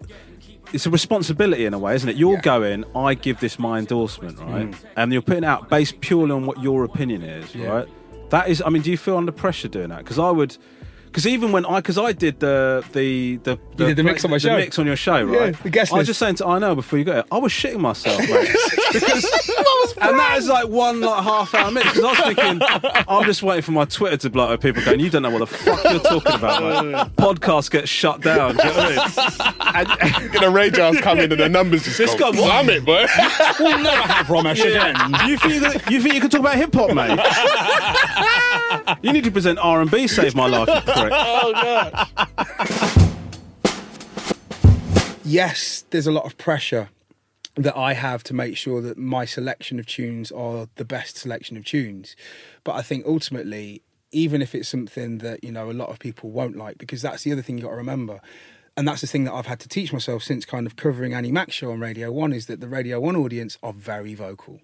C: it's a responsibility in a way, isn't it? You're
E: Yeah.
C: going,
E: Mm.
C: I give this my endorsement, right? And you're putting out based purely on what your opinion is,
E: Yeah.
C: right? That is, I mean, do you feel under pressure doing that? Because I would, because even when I, because I did the the the,
E: You did the mix on my show.
C: mix on your show, right?
E: the guest
C: I was
E: list.
C: just saying to I know before you got it, I was shitting myself, mate. because and that is like one like half hour mix. Because I was thinking, I'm just waiting for my Twitter to blow up. People going, you don't know what the fuck you're talking about. Like, podcast gets shut down. Do you know what I mean?
D: *laughs* Get a rage house coming and the numbers just
C: This
D: go.
C: guy-
D: Slam it, bro.
F: We'll never have Romesh again.
C: you think that, you think you can talk about hip hop, mate? you need to present R and B. Save my life, you prick.
E: yes, there's a lot of pressure that I have to make sure that my selection of tunes are the best selection of tunes. But I think ultimately, even if it's something that, you know, a lot of people won't like, because that's the other thing you got to remember. And that's the thing that I've had to teach myself since kind of covering Annie Mac's show on Radio One is that the Radio One audience are very vocal.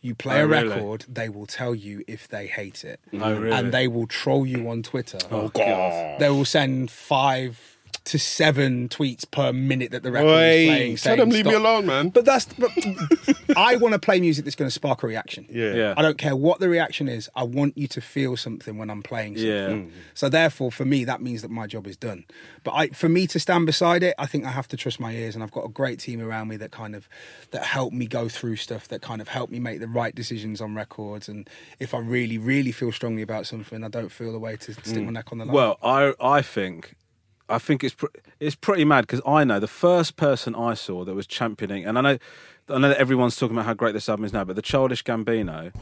E: You play
C: Oh,
E: a
C: really?
E: record, they will tell you if they hate it.
C: Oh, really? Oh,
E: And Oh, they will troll you on Twitter.
D: Oh, God.
E: They will send five to seven tweets per minute that the record is
D: Oi,
E: playing.
D: tell
E: saying
D: them leave me
E: stop.
D: alone, man.
E: But that's. But *laughs* I want to play music that's going to spark a reaction.
D: Yeah.
C: Yeah.
E: I don't care what the reaction is. I want you to feel something when I'm playing something.
C: Yeah. Mm.
E: So therefore, for me, that means that my job is done. But I, for me to stand beside it, I think I have to trust my ears, and I've got a great team around me that kind of that help me go through stuff, that kind of help me make the right decisions on records. And if I really, really feel strongly about something, I don't feel the way to stick my neck on the line.
C: Mm. Well, I I think I think it's pr- it's pretty mad because I know the first person I saw that was championing, and I know I know that everyone's talking about how great this album is now, but the Childish Gambino,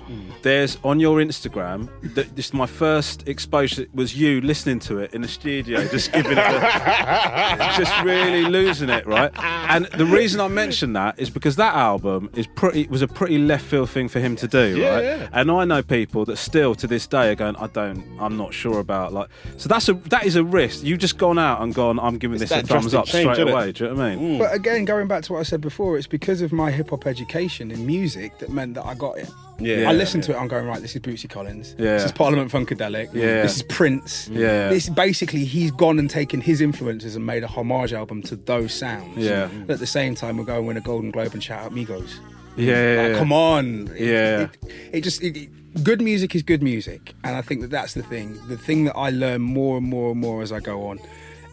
C: there's on your Instagram. That this my first exposure was you listening to it in the studio, just giving it, a- just really losing it, right? And the reason I mention that is because that album is pretty was a pretty left field thing for him to do, right?
D: yeah.
C: And I know people that still to this day are going, I don't, I'm not sure about like. So that's a that is a risk. You've just gone out and gone, I'm giving this a
D: that
C: thumbs
D: drastic
C: up
D: change,
C: straight
D: innit?
C: away. Do you know what I mean?
E: But again, going back to what I said before, it's because of my hip hop education in music that meant that I got it.
D: Yeah.
E: I listened to it. I'm going right. This is Bootsy Collins.
C: Yeah.
E: This is Parliament Funkadelic.
C: Yeah.
E: This is Prince.
C: Yeah.
E: This basically he's gone and taken his influences and made a homage album to those sounds.
C: Yeah.
E: But at the same time, we're going to win a Golden Globe and shout out Migos.
C: Yeah.
E: Like, come on. It-
C: Yeah.
E: It, it just it, it- good music is good music, and I think that that's the thing. The thing that I learn more and more and more as I go on,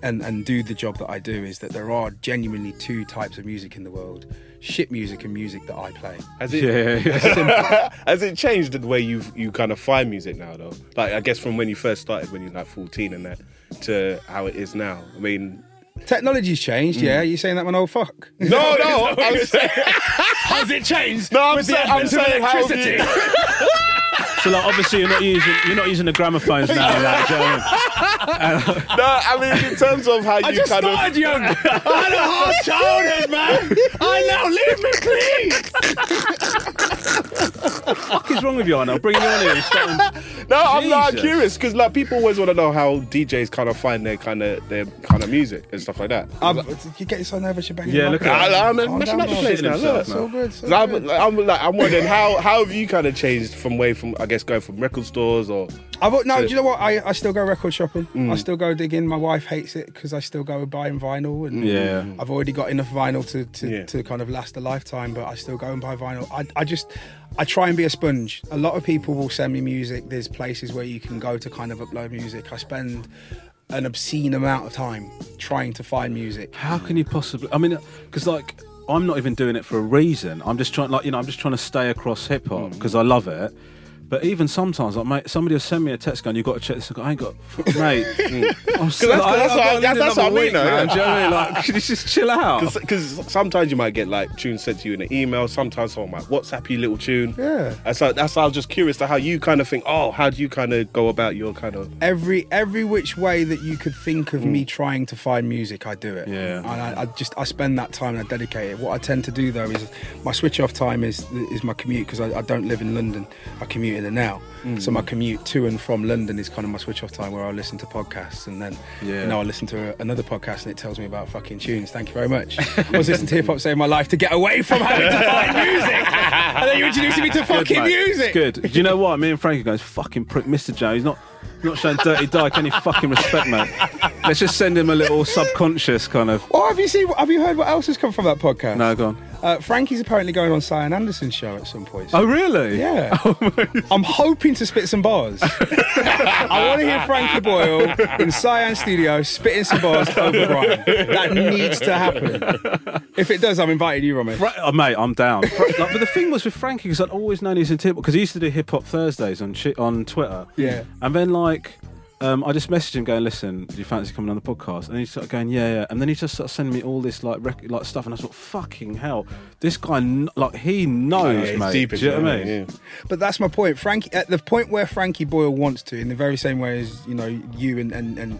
E: and and do the job that I do is that there are genuinely two types of music in the world: shit music and music that I play.
D: *laughs* Has it,
C: Yeah.
D: *laughs* has it changed the way you you kind of find music now though? Like I guess from when you first started when you were like 14 and that to how it is now. I mean,
E: Technology's
D: Mm.
E: changed. Yeah, you saying that one old fuck?
D: no, no, I'm saying,
F: Has it changed?
D: no, I'm
F: with the
D: saying, *laughs*
F: advent
D: I'm
F: of
D: saying how have
F: electricity?
D: you-
C: So like, obviously you're not using you're not using the gramophones now. like, do you know what I mean?
D: *laughs* No, I mean in terms of how
F: I
D: you
F: just
D: kind
F: started
D: of *laughs*
F: young. I had a hard childhood, man. I now leave me, please.
C: What is wrong with you? I know. Bringing you on here. and starting-
D: No, I'm not
C: Jesus.
D: curious because like people always want to know how DJs kind of find their kind of their kind of music and stuff like that.
E: I'm, you getting so nervous, you're banging.
C: Yeah,
E: the
C: look
E: mic
C: at
E: around.
D: I, I'm
E: Calm
D: messing
E: down,
D: up the
E: bro.
D: place now.
C: himself,
D: Look.
C: man.
E: So good. So
D: 'Cause I'm,
E: good.
D: I'm like I'm wondering how how have you kind of changed from way from I guess going from record stores or
E: I bought, no, do you know what? I, I still go record shopping. I still go digging. My wife hates it because I still go buying vinyl. And
C: Yeah.
E: I've already got enough vinyl to, to,
D: Yeah.
E: to kind of last a lifetime, but I still go and buy vinyl. I, I just, I try and be a sponge. A lot of people will send me music. There's places where you can go to kind of upload music. I spend an obscene amount of time trying to find music.
C: How can you possibly? I mean, because like I'm not even doing it for a reason. I'm just trying, like you know, I'm just trying to stay across hip hop
D: Mm.
C: because I love it. But even sometimes, like mate, somebody will send me a text going, "You got to check this." I go, "I ain't got,
D: *laughs*
C: fuck, mate." I'm still, I've
D: Mm. that's- that's what I-
C: got
D: that's-
C: another
D: that's what I mean,
C: week,
D: though,
C: man. Do
D: yeah.
C: you know what I mean? Like, *laughs* could you just chill out.
D: because sometimes you might get like tunes sent to you in an email. Sometimes someone might WhatsApp you little tune.
E: Yeah.
D: and so that's why I was just curious to how you kind of think. Oh, how do you kind of go about your kind of
E: every every which way that you could think of me trying to find music, I do it.
C: Hmm. Yeah.
E: And I, I just I spend that time and I dedicate it. What I tend to do though is my switch off time is is my commute because I, I don't live in London. I commute in and out,
C: Hmm.
E: so my commute to and from London is kind of my switch off time where I listen to podcasts and then
C: Yeah.
E: you know I listen to a, another podcast and it tells me about fucking tunes. Thank you very much. I was listening to
C: *laughs*
E: hip hop saving my life to get away from having to find music, and then you introduced me to fucking
C: mate.
E: music.
C: It's good. Do you know what? Me and Frankie goes, fucking prick, Mr. Joe. He's not, he's not showing Dirty Dyke any fucking respect, mate. Let's just send him a little subconscious kind of.
E: Oh, have you seen? Have you heard what else has come from that podcast?
C: No, go on.
E: Uh, Frankie's apparently going on Cyan Anderson's show at some point.
C: *laughs* Oh, really?
E: Yeah. I'm hoping to spit some
C: *laughs*
E: bars. I want to hear Frankie Boyle in Cyan Studio spitting some bars over Brian. That needs to happen. If it does, I'm inviting you, Romy.
C: Fra- oh, mate, I'm down. Fra- like, but the thing was with Frankie, because I'd always known he was in hip hop, because he used to do Hip Hop Thursdays on chi- on Twitter.
E: Yeah.
C: And then, like, um, I just messaged him going, listen, do you fancy coming on the podcast? And he started going, yeah, yeah. And then he just started sending me all this, like, rec- like stuff. And I thought, fucking hell, this guy, kn- like, he knows,
D: it's
C: mate.
D: uh, deep
C: do
D: as
C: you know what I
D: well,
C: mean?
D: yeah.
E: But that's my point. Frankie, at the point where Frankie Boyle wants to, in the very same way as you know you and and, and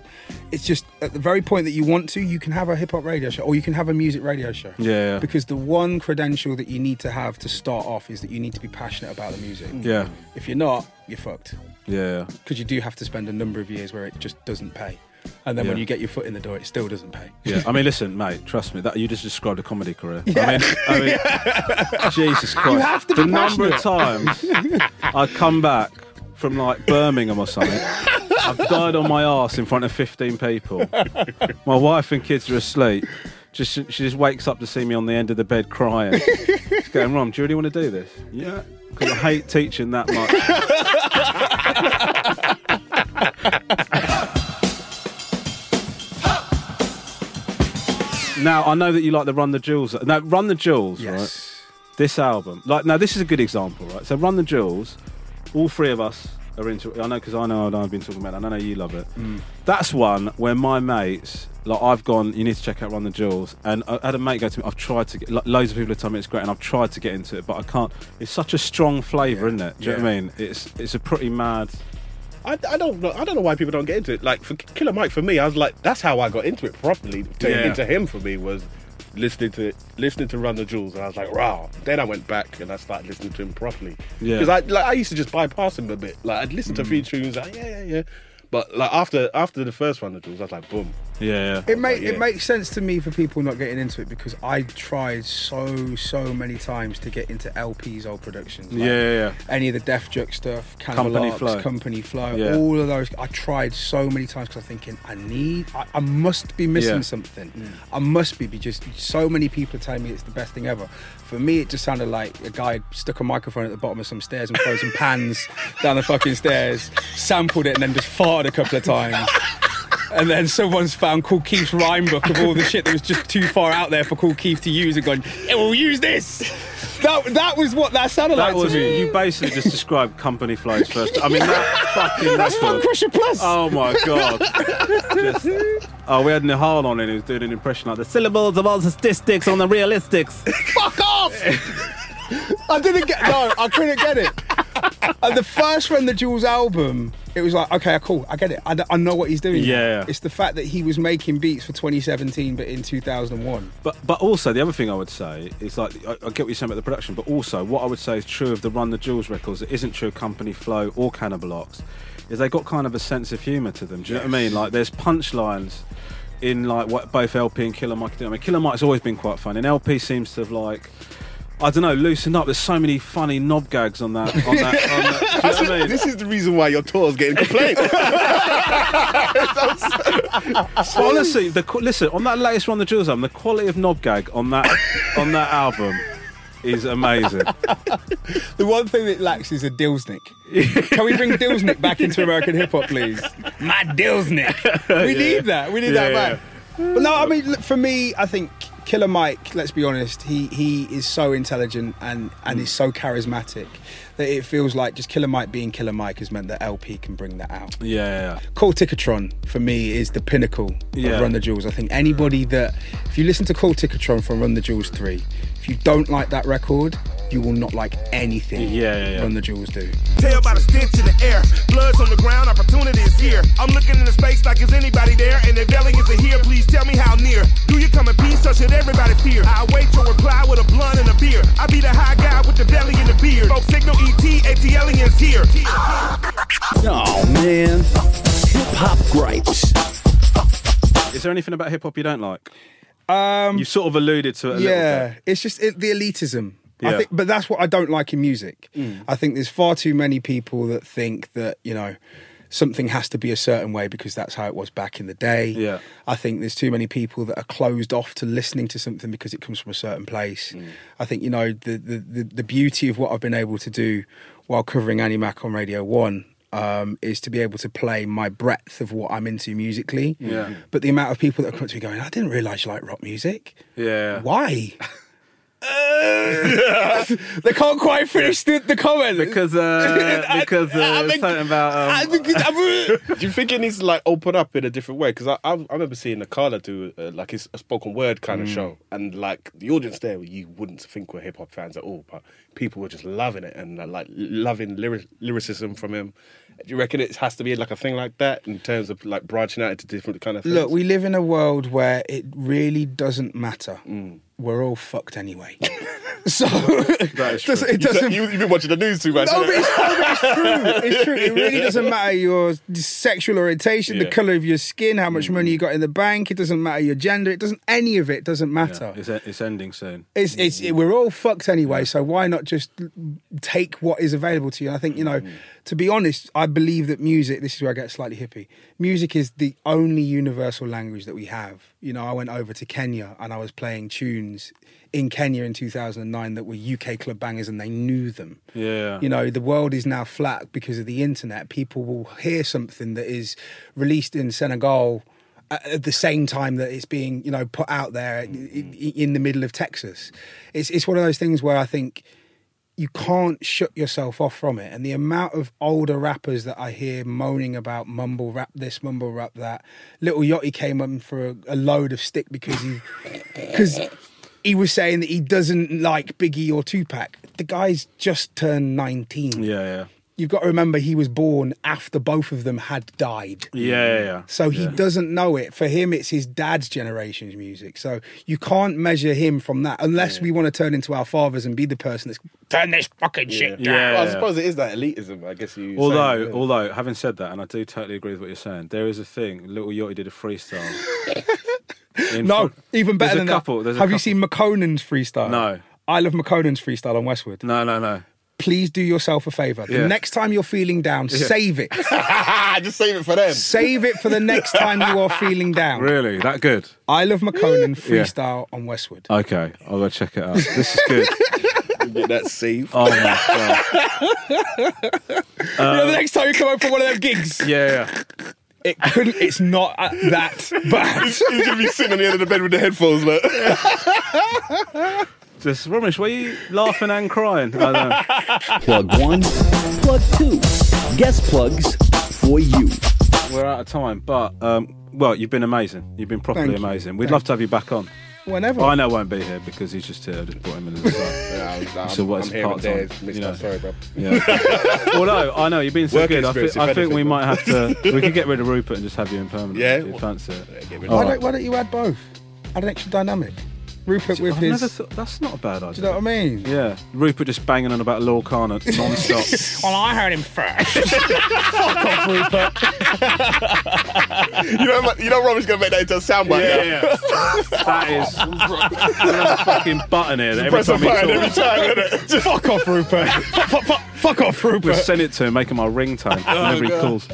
E: it's just at the very point that you want to, you can have a hip hop radio show or you can have a music radio show.
C: Yeah.
E: Because the one credential that you need to have to start off is that you need to be passionate about the music.
C: Yeah.
E: If you're not, you're fucked
C: Yeah.
E: because you do have to spend a number of years where it just doesn't pay, and then when
C: Yeah.
E: you get your foot in the door, it still doesn't pay. *laughs*
C: Yeah, I mean, listen, mate. Trust me, that you just described a comedy career. I
E: *laughs*
C: mean, I mean Jesus Christ! You
E: have to be
C: the number of times I'd come back from like Birmingham or something, I've died on my ass in front of 15 people. My wife and kids are asleep. Just she just wakes up to see me on the end of the bed crying. She's going, Rom, do you really want to do this? Yeah. Because I hate teaching that much. now I know that you like the Run the Jewels. Now Run the Jewels, right?
E: Yes.
C: this album like now this is a good example right so run the jewels all three of us are into i know because i know and i've been talking about it and i know you love it
E: Mm.
C: that's one where my mates like i've gone you need to check out run the jewels and i had a mate go to me i've tried to get like, loads of people have told me it's great and i've tried to get into it but i can't it's such a strong flavour isn't it do you know what i
E: Yeah.
C: mean it's it's a pretty mad
D: I, I don't know. I don't know why people don't get into it. Like for Killer Mike, for me, I was like, that's how I got into it properly. To,
C: Yeah.
D: Into him for me was listening to listening to Run the Jewels, and I was like, wow. Then I went back and I started listening to him properly.
C: Yeah. Mm.
D: Because I like I used to just bypass him a bit. Like I'd listen to a few tunes, like yeah, yeah, yeah. But like after after the first Run the Jewels, I was like, boom.
C: yeah
E: It make,
D: yeah.
E: it makes sense to me for people not getting into it because I tried so so many times to get into LP's old productions.
C: yeah yeah, yeah.
E: Any of the Def Juk stuff,
C: Company
E: Company
C: Flow.
E: Flow, Company Flow,
C: Yeah.
E: all of those. I tried so many times because I'm thinking I need, I, I must be missing
C: Yeah.
E: something. I must be, be just so many people are telling me it's the best thing ever. For me, it just sounded like a guy stuck a microphone at the bottom of some stairs and thrown some
C: *laughs*
E: pans down the fucking stairs, sampled it, and then just farted a couple of times. And then someone's found Cool Keith's rhyme book of all the shit that was just too far out there for Cool Keith to use and gone, "Yeah, we'll use this. That, that was what that sounded
C: That
E: like
C: was
E: to me.
C: you basically just described company flows first. I mean that fucking
E: That's Fun
C: record.
E: Crusher Plus.
C: Oh my god. Just- oh, we had Nihal on and he was doing an impression like the syllables of all the statistics on the realistics.
E: Fuck off! I didn't get no, I couldn't get it. And the first Run the Jewels album, it was like, okay, cool, I get it. I, I know what he's doing.
C: Yeah.
E: It's the fact that he was making beats for 2017, but in 2001.
C: But but also the other thing I would say is like I, I get what you're saying about the production, but also what I would say is true of the Run the Jewels records that isn't true of Company Flow or Cannibalox, is they got kind of a sense of humour to them. Do you know what I mean? Like there's punchlines in like what both LP and Killer Mike do. I mean Killer Mike's always been quite funny, and LP seems to have like I don't know, loosened up. There's so many funny knob gags on that. On that, on that do you
H: *laughs*
C: know what I
D: *laughs*
C: mean?
D: This is the reason why your tour's getting *laughs* complaints.
C: Honestly, the qu- listen on that latest one, the Jules album, the quality of knob gag on that on that album is amazing.
E: The one thing that lacks is a Dilsnick. Can we bring Dilsnick back into American hip hop, please? My Dilsnick. *laughs* We need that. We need
C: Yeah,
E: that
C: yeah,
E: back. But no, I mean, look, for me, I think Killer Mike. Let's be honest. He he is so intelligent and and is so charismatic that it feels like just Killer Mike being Killer Mike has meant that LP can bring that out.
C: Yeah,
E: Call Tickatron for me is the pinnacle
C: Yeah.
E: of Run the Jewels. I think anybody that, if you listen to Call Tickatron from Run the Jewels 3, if you don't like that record, you will not like anything
C: Yeah, yeah, yeah.
E: Run the Jewels do.
H: Tell by the stench in the air. Blood's on the ground, opportunity is here. I'm looking into space like is anybody there. And if aliens are here, please tell me how near. Do you come in peace or should everybody fear? I await your reply with a blunt and a beer. I be the high guy with the belly and the beard. Folk signal E ET, AT aliens here.
B: Oh man, hip hop gripes.
C: yeah. Is there anything about hip hop you don't like? Um, you sort of alluded to it. A
E: yeah, it's just it, the elitism.
C: Yeah. Mm.
E: I think, but that's what I don't like in music. I think there's far too many people that think that you know something has to be a certain way because that's how it was back in the day.
C: Yeah.
E: I think there's too many people that are closed off to listening to something because it comes from a certain place.
C: Mm.
E: I think you know the, the the the beauty of what I've been able to do while covering Annie Mac on Radio One. Um, is to be able to play my breadth of what I'm into musically.
C: Yeah.
E: But the amount of people that come to me going, I didn't realise you like rock music.
C: Yeah. *laughs*
E: Why? they can't quite finish the, the comment.
C: Because uh,
E: *laughs* I-
C: because uh,
E: I think-
C: something about
E: I
C: um,
E: think it's- I'm-
D: *laughs* Do you think it needs to like open up in a different way? Because I, I I remember seeing Nakala do uh, like it's a spoken word kind
C: Mm.
D: of show, and like the audience there, you wouldn't think were hip hop fans at all, but people were just loving it and uh, like loving lyric- lyricism from him. Do you reckon it has to be like a thing like that in terms of like branching out into different kind of things?
E: Look, we live in a world where it really doesn't matter. We're all
C: *laughs*
E: fucked anyway. so
C: is
E: does-
C: Mm. true. *laughs*
E: it
D: *laughs*
E: doesn't.
D: you, have been watching the news too much.
E: no, but
D: haven't you?
E: it's, no, but it's true. It's true. It really doesn't matter your sexual orientation,
D: Yeah.
E: the color of your skin, how much
C: Mm.
E: money you got in the bank. It doesn't matter your gender. It doesn't. Any of it doesn't matter.
C: it's, it's ending soon.
E: It's, it's it, we're all fucked anyway, so why not just take what is available to you? And I think you know, to be honest, I believe that music, this is where I get slightly hippie, music is the only universal language that we have. You know, I went over to Kenya and I was playing tunes in Kenya in 2009 that were UK club bangers and they knew them.
C: Yeah.
E: You know, the world is now flat because of the internet. People will hear something that is released in Senegal at at the same time that it's being, you know, put out there i- i- in the middle of Texas. It's it's one of those things where I think you can't shut yourself off from it. And the amount of older rappers that I hear moaning about mumble rap this, mumble rap that. Little Yachty came in for a, a load of stick because he because he was saying that he doesn't like Biggie or Tupac. The guy's just turned nineteen.
C: Yeah, yeah.
E: You've got to remember he was born after both of them had died.
C: Yeah, yeah, yeah.
E: So he
C: Yeah.
E: doesn't know it. For him, it's his dad's generation's music. So you can't measure him from that unless we want to turn into our fathers and be the person that's
F: Turn this fucking shit down.
C: Yeah,
D: Well, I
C: yeah.
D: suppose it is that elitism. I guess you.
C: Although,
D: say, yeah.
C: although, having said that, and I do totally agree with what you're saying, there is a thing. Little Yachty did a
E: *laughs*
C: freestyle. In
E: No,
C: front-
E: even better
C: There's a
E: than
C: couple,
E: that.
C: There's a
E: Have you
C: couple.
E: seen McConan's freestyle?
C: No.
E: I love McConan's freestyle on Westwood.
C: No, no, no.
E: Please do yourself a favor. The
C: Yeah.
E: next time you're feeling down, save
C: *laughs*
D: *laughs*
E: it.
D: just save it for them.
E: save it for the next time you are feeling down.
C: Really, that good?
E: I love McConan
C: Yeah.
E: freestyle on Westwood.
C: Okay, I'll go check it out. This is
E: *laughs*
C: good.
D: Get that saved.
C: oh my god. Uh,
E: you know, the next time you come up for one of them gigs,
C: Yeah, yeah.
E: it couldn't. It's not uh, that bad.
D: He's gonna be sitting on the end of the bed with the headphones, look.
C: Just Romish, were you laughing and crying? I know.
B: Plug one, plug two. Guest plugs for you.
C: We're out of time, but um, well, you've been amazing. You've been properly
E: Thank you.
C: amazing. We'd love to have you back on.
E: Whenever.
C: *laughs* I know won't be here because he's just here. I just brought him in as a
E: *laughs*
C: result.
D: Nah, I'm, I'm,
C: So what, it's
D: I'm here and
C: part-time,
D: there, it's mixed
C: you know.
D: up. Sorry, bro.
C: Yeah. Although I know you've been so
D: Work
C: good, I, thi-
D: experience, if
C: I think
D: anything.
C: we might have
D: *laughs*
C: to. We could get rid of Rupert and just have you in permanent.
D: Yeah.
C: if you fancy it.
D: get rid of
C: All
E: why,
C: right.
E: don't, why don't you add both? Add an extra dynamic. Rupert with
C: I've
E: his.
C: never thought that's not a bad idea.
E: do you know what I mean?
C: Yeah, Rupert just banging on about Lord Carnot
E: *laughs*
C: non-stop.
F: Well, I heard him first.
D: *laughs* You know, you know, Robert's gonna make that into a soundbite. now.
C: that is
E: *laughs*
C: another fucking button here. That every
D: Press a
C: time he
D: button every
C: talks,
D: time, innit? Just
E: Fuck off, Rupert. fuck, fuck, fuck, fuck off,
C: we
E: Rupert.
C: send it to him, making my *laughs* ringtone whenever he calls.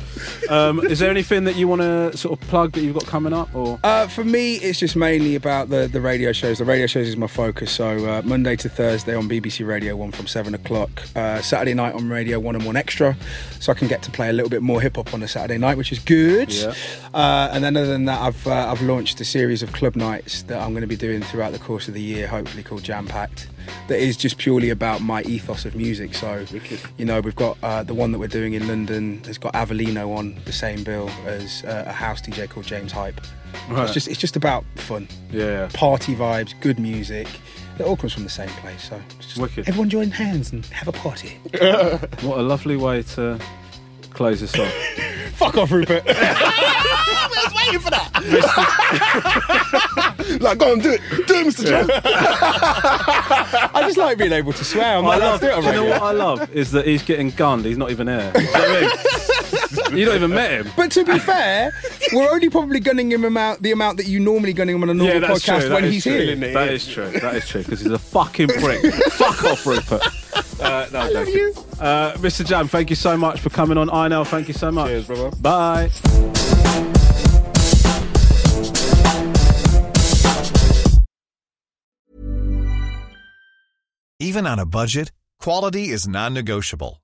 C: Um, is there anything that you want to sort of plug that you've got coming up, or
E: Uh, for me, it's just mainly about the, the radio shows. The radio shows is my focus. So uh, Monday to Thursday on BBC Radio 1 from 7 o'clock. Uh, Saturday night on Radio 1 and 1 Extra. So I can get to play a little bit more hip hop on a Saturday night, which is good.
C: Yeah.
E: Uh, and then other than that, I've, uh, I've launched a series of club nights that I'm going to be doing throughout the course of the year, hopefully called Jam Packed, that is just purely about my ethos of music. So, you know, we've got uh, the one that we're doing in London has got Avellino on the same bill as uh, a house DJ called James Hype.
C: Right.
E: It's just it's just about fun.
C: Yeah.
E: Party vibes, good music. It all comes from the same place. So it's just
C: Wicked.
E: everyone join hands and have
C: *laughs*
E: a party.
C: what a lovely way to close this *laughs* off.
E: Fuck off, Rupert.
D: waiting for that. *laughs* like, go and do it. Do it, Mr. John.
E: *laughs* I just like being able to swear. I'm
C: I
E: like,
C: love.
E: let's do
C: Do you
E: it
C: know
E: already.
C: what I love is that he's getting gunned. He's not even here. Do you know what *laughs* I mean? You don't even met him.
E: But to be fair, we're only probably gunning him amount the amount that you normally gun him on a normal podcast
C: That
E: when
C: is
E: he's
C: true.
E: here.
C: That is true. That is true because he's a fucking prick. *laughs* Fuck off, Rupert. Uh, no, I love you. Uh, Mr. Jam, thank you so much for coming on. I know, thank you so much.
D: Cheers, brother.
C: Bye.
J: Even on a budget, quality is non-negotiable.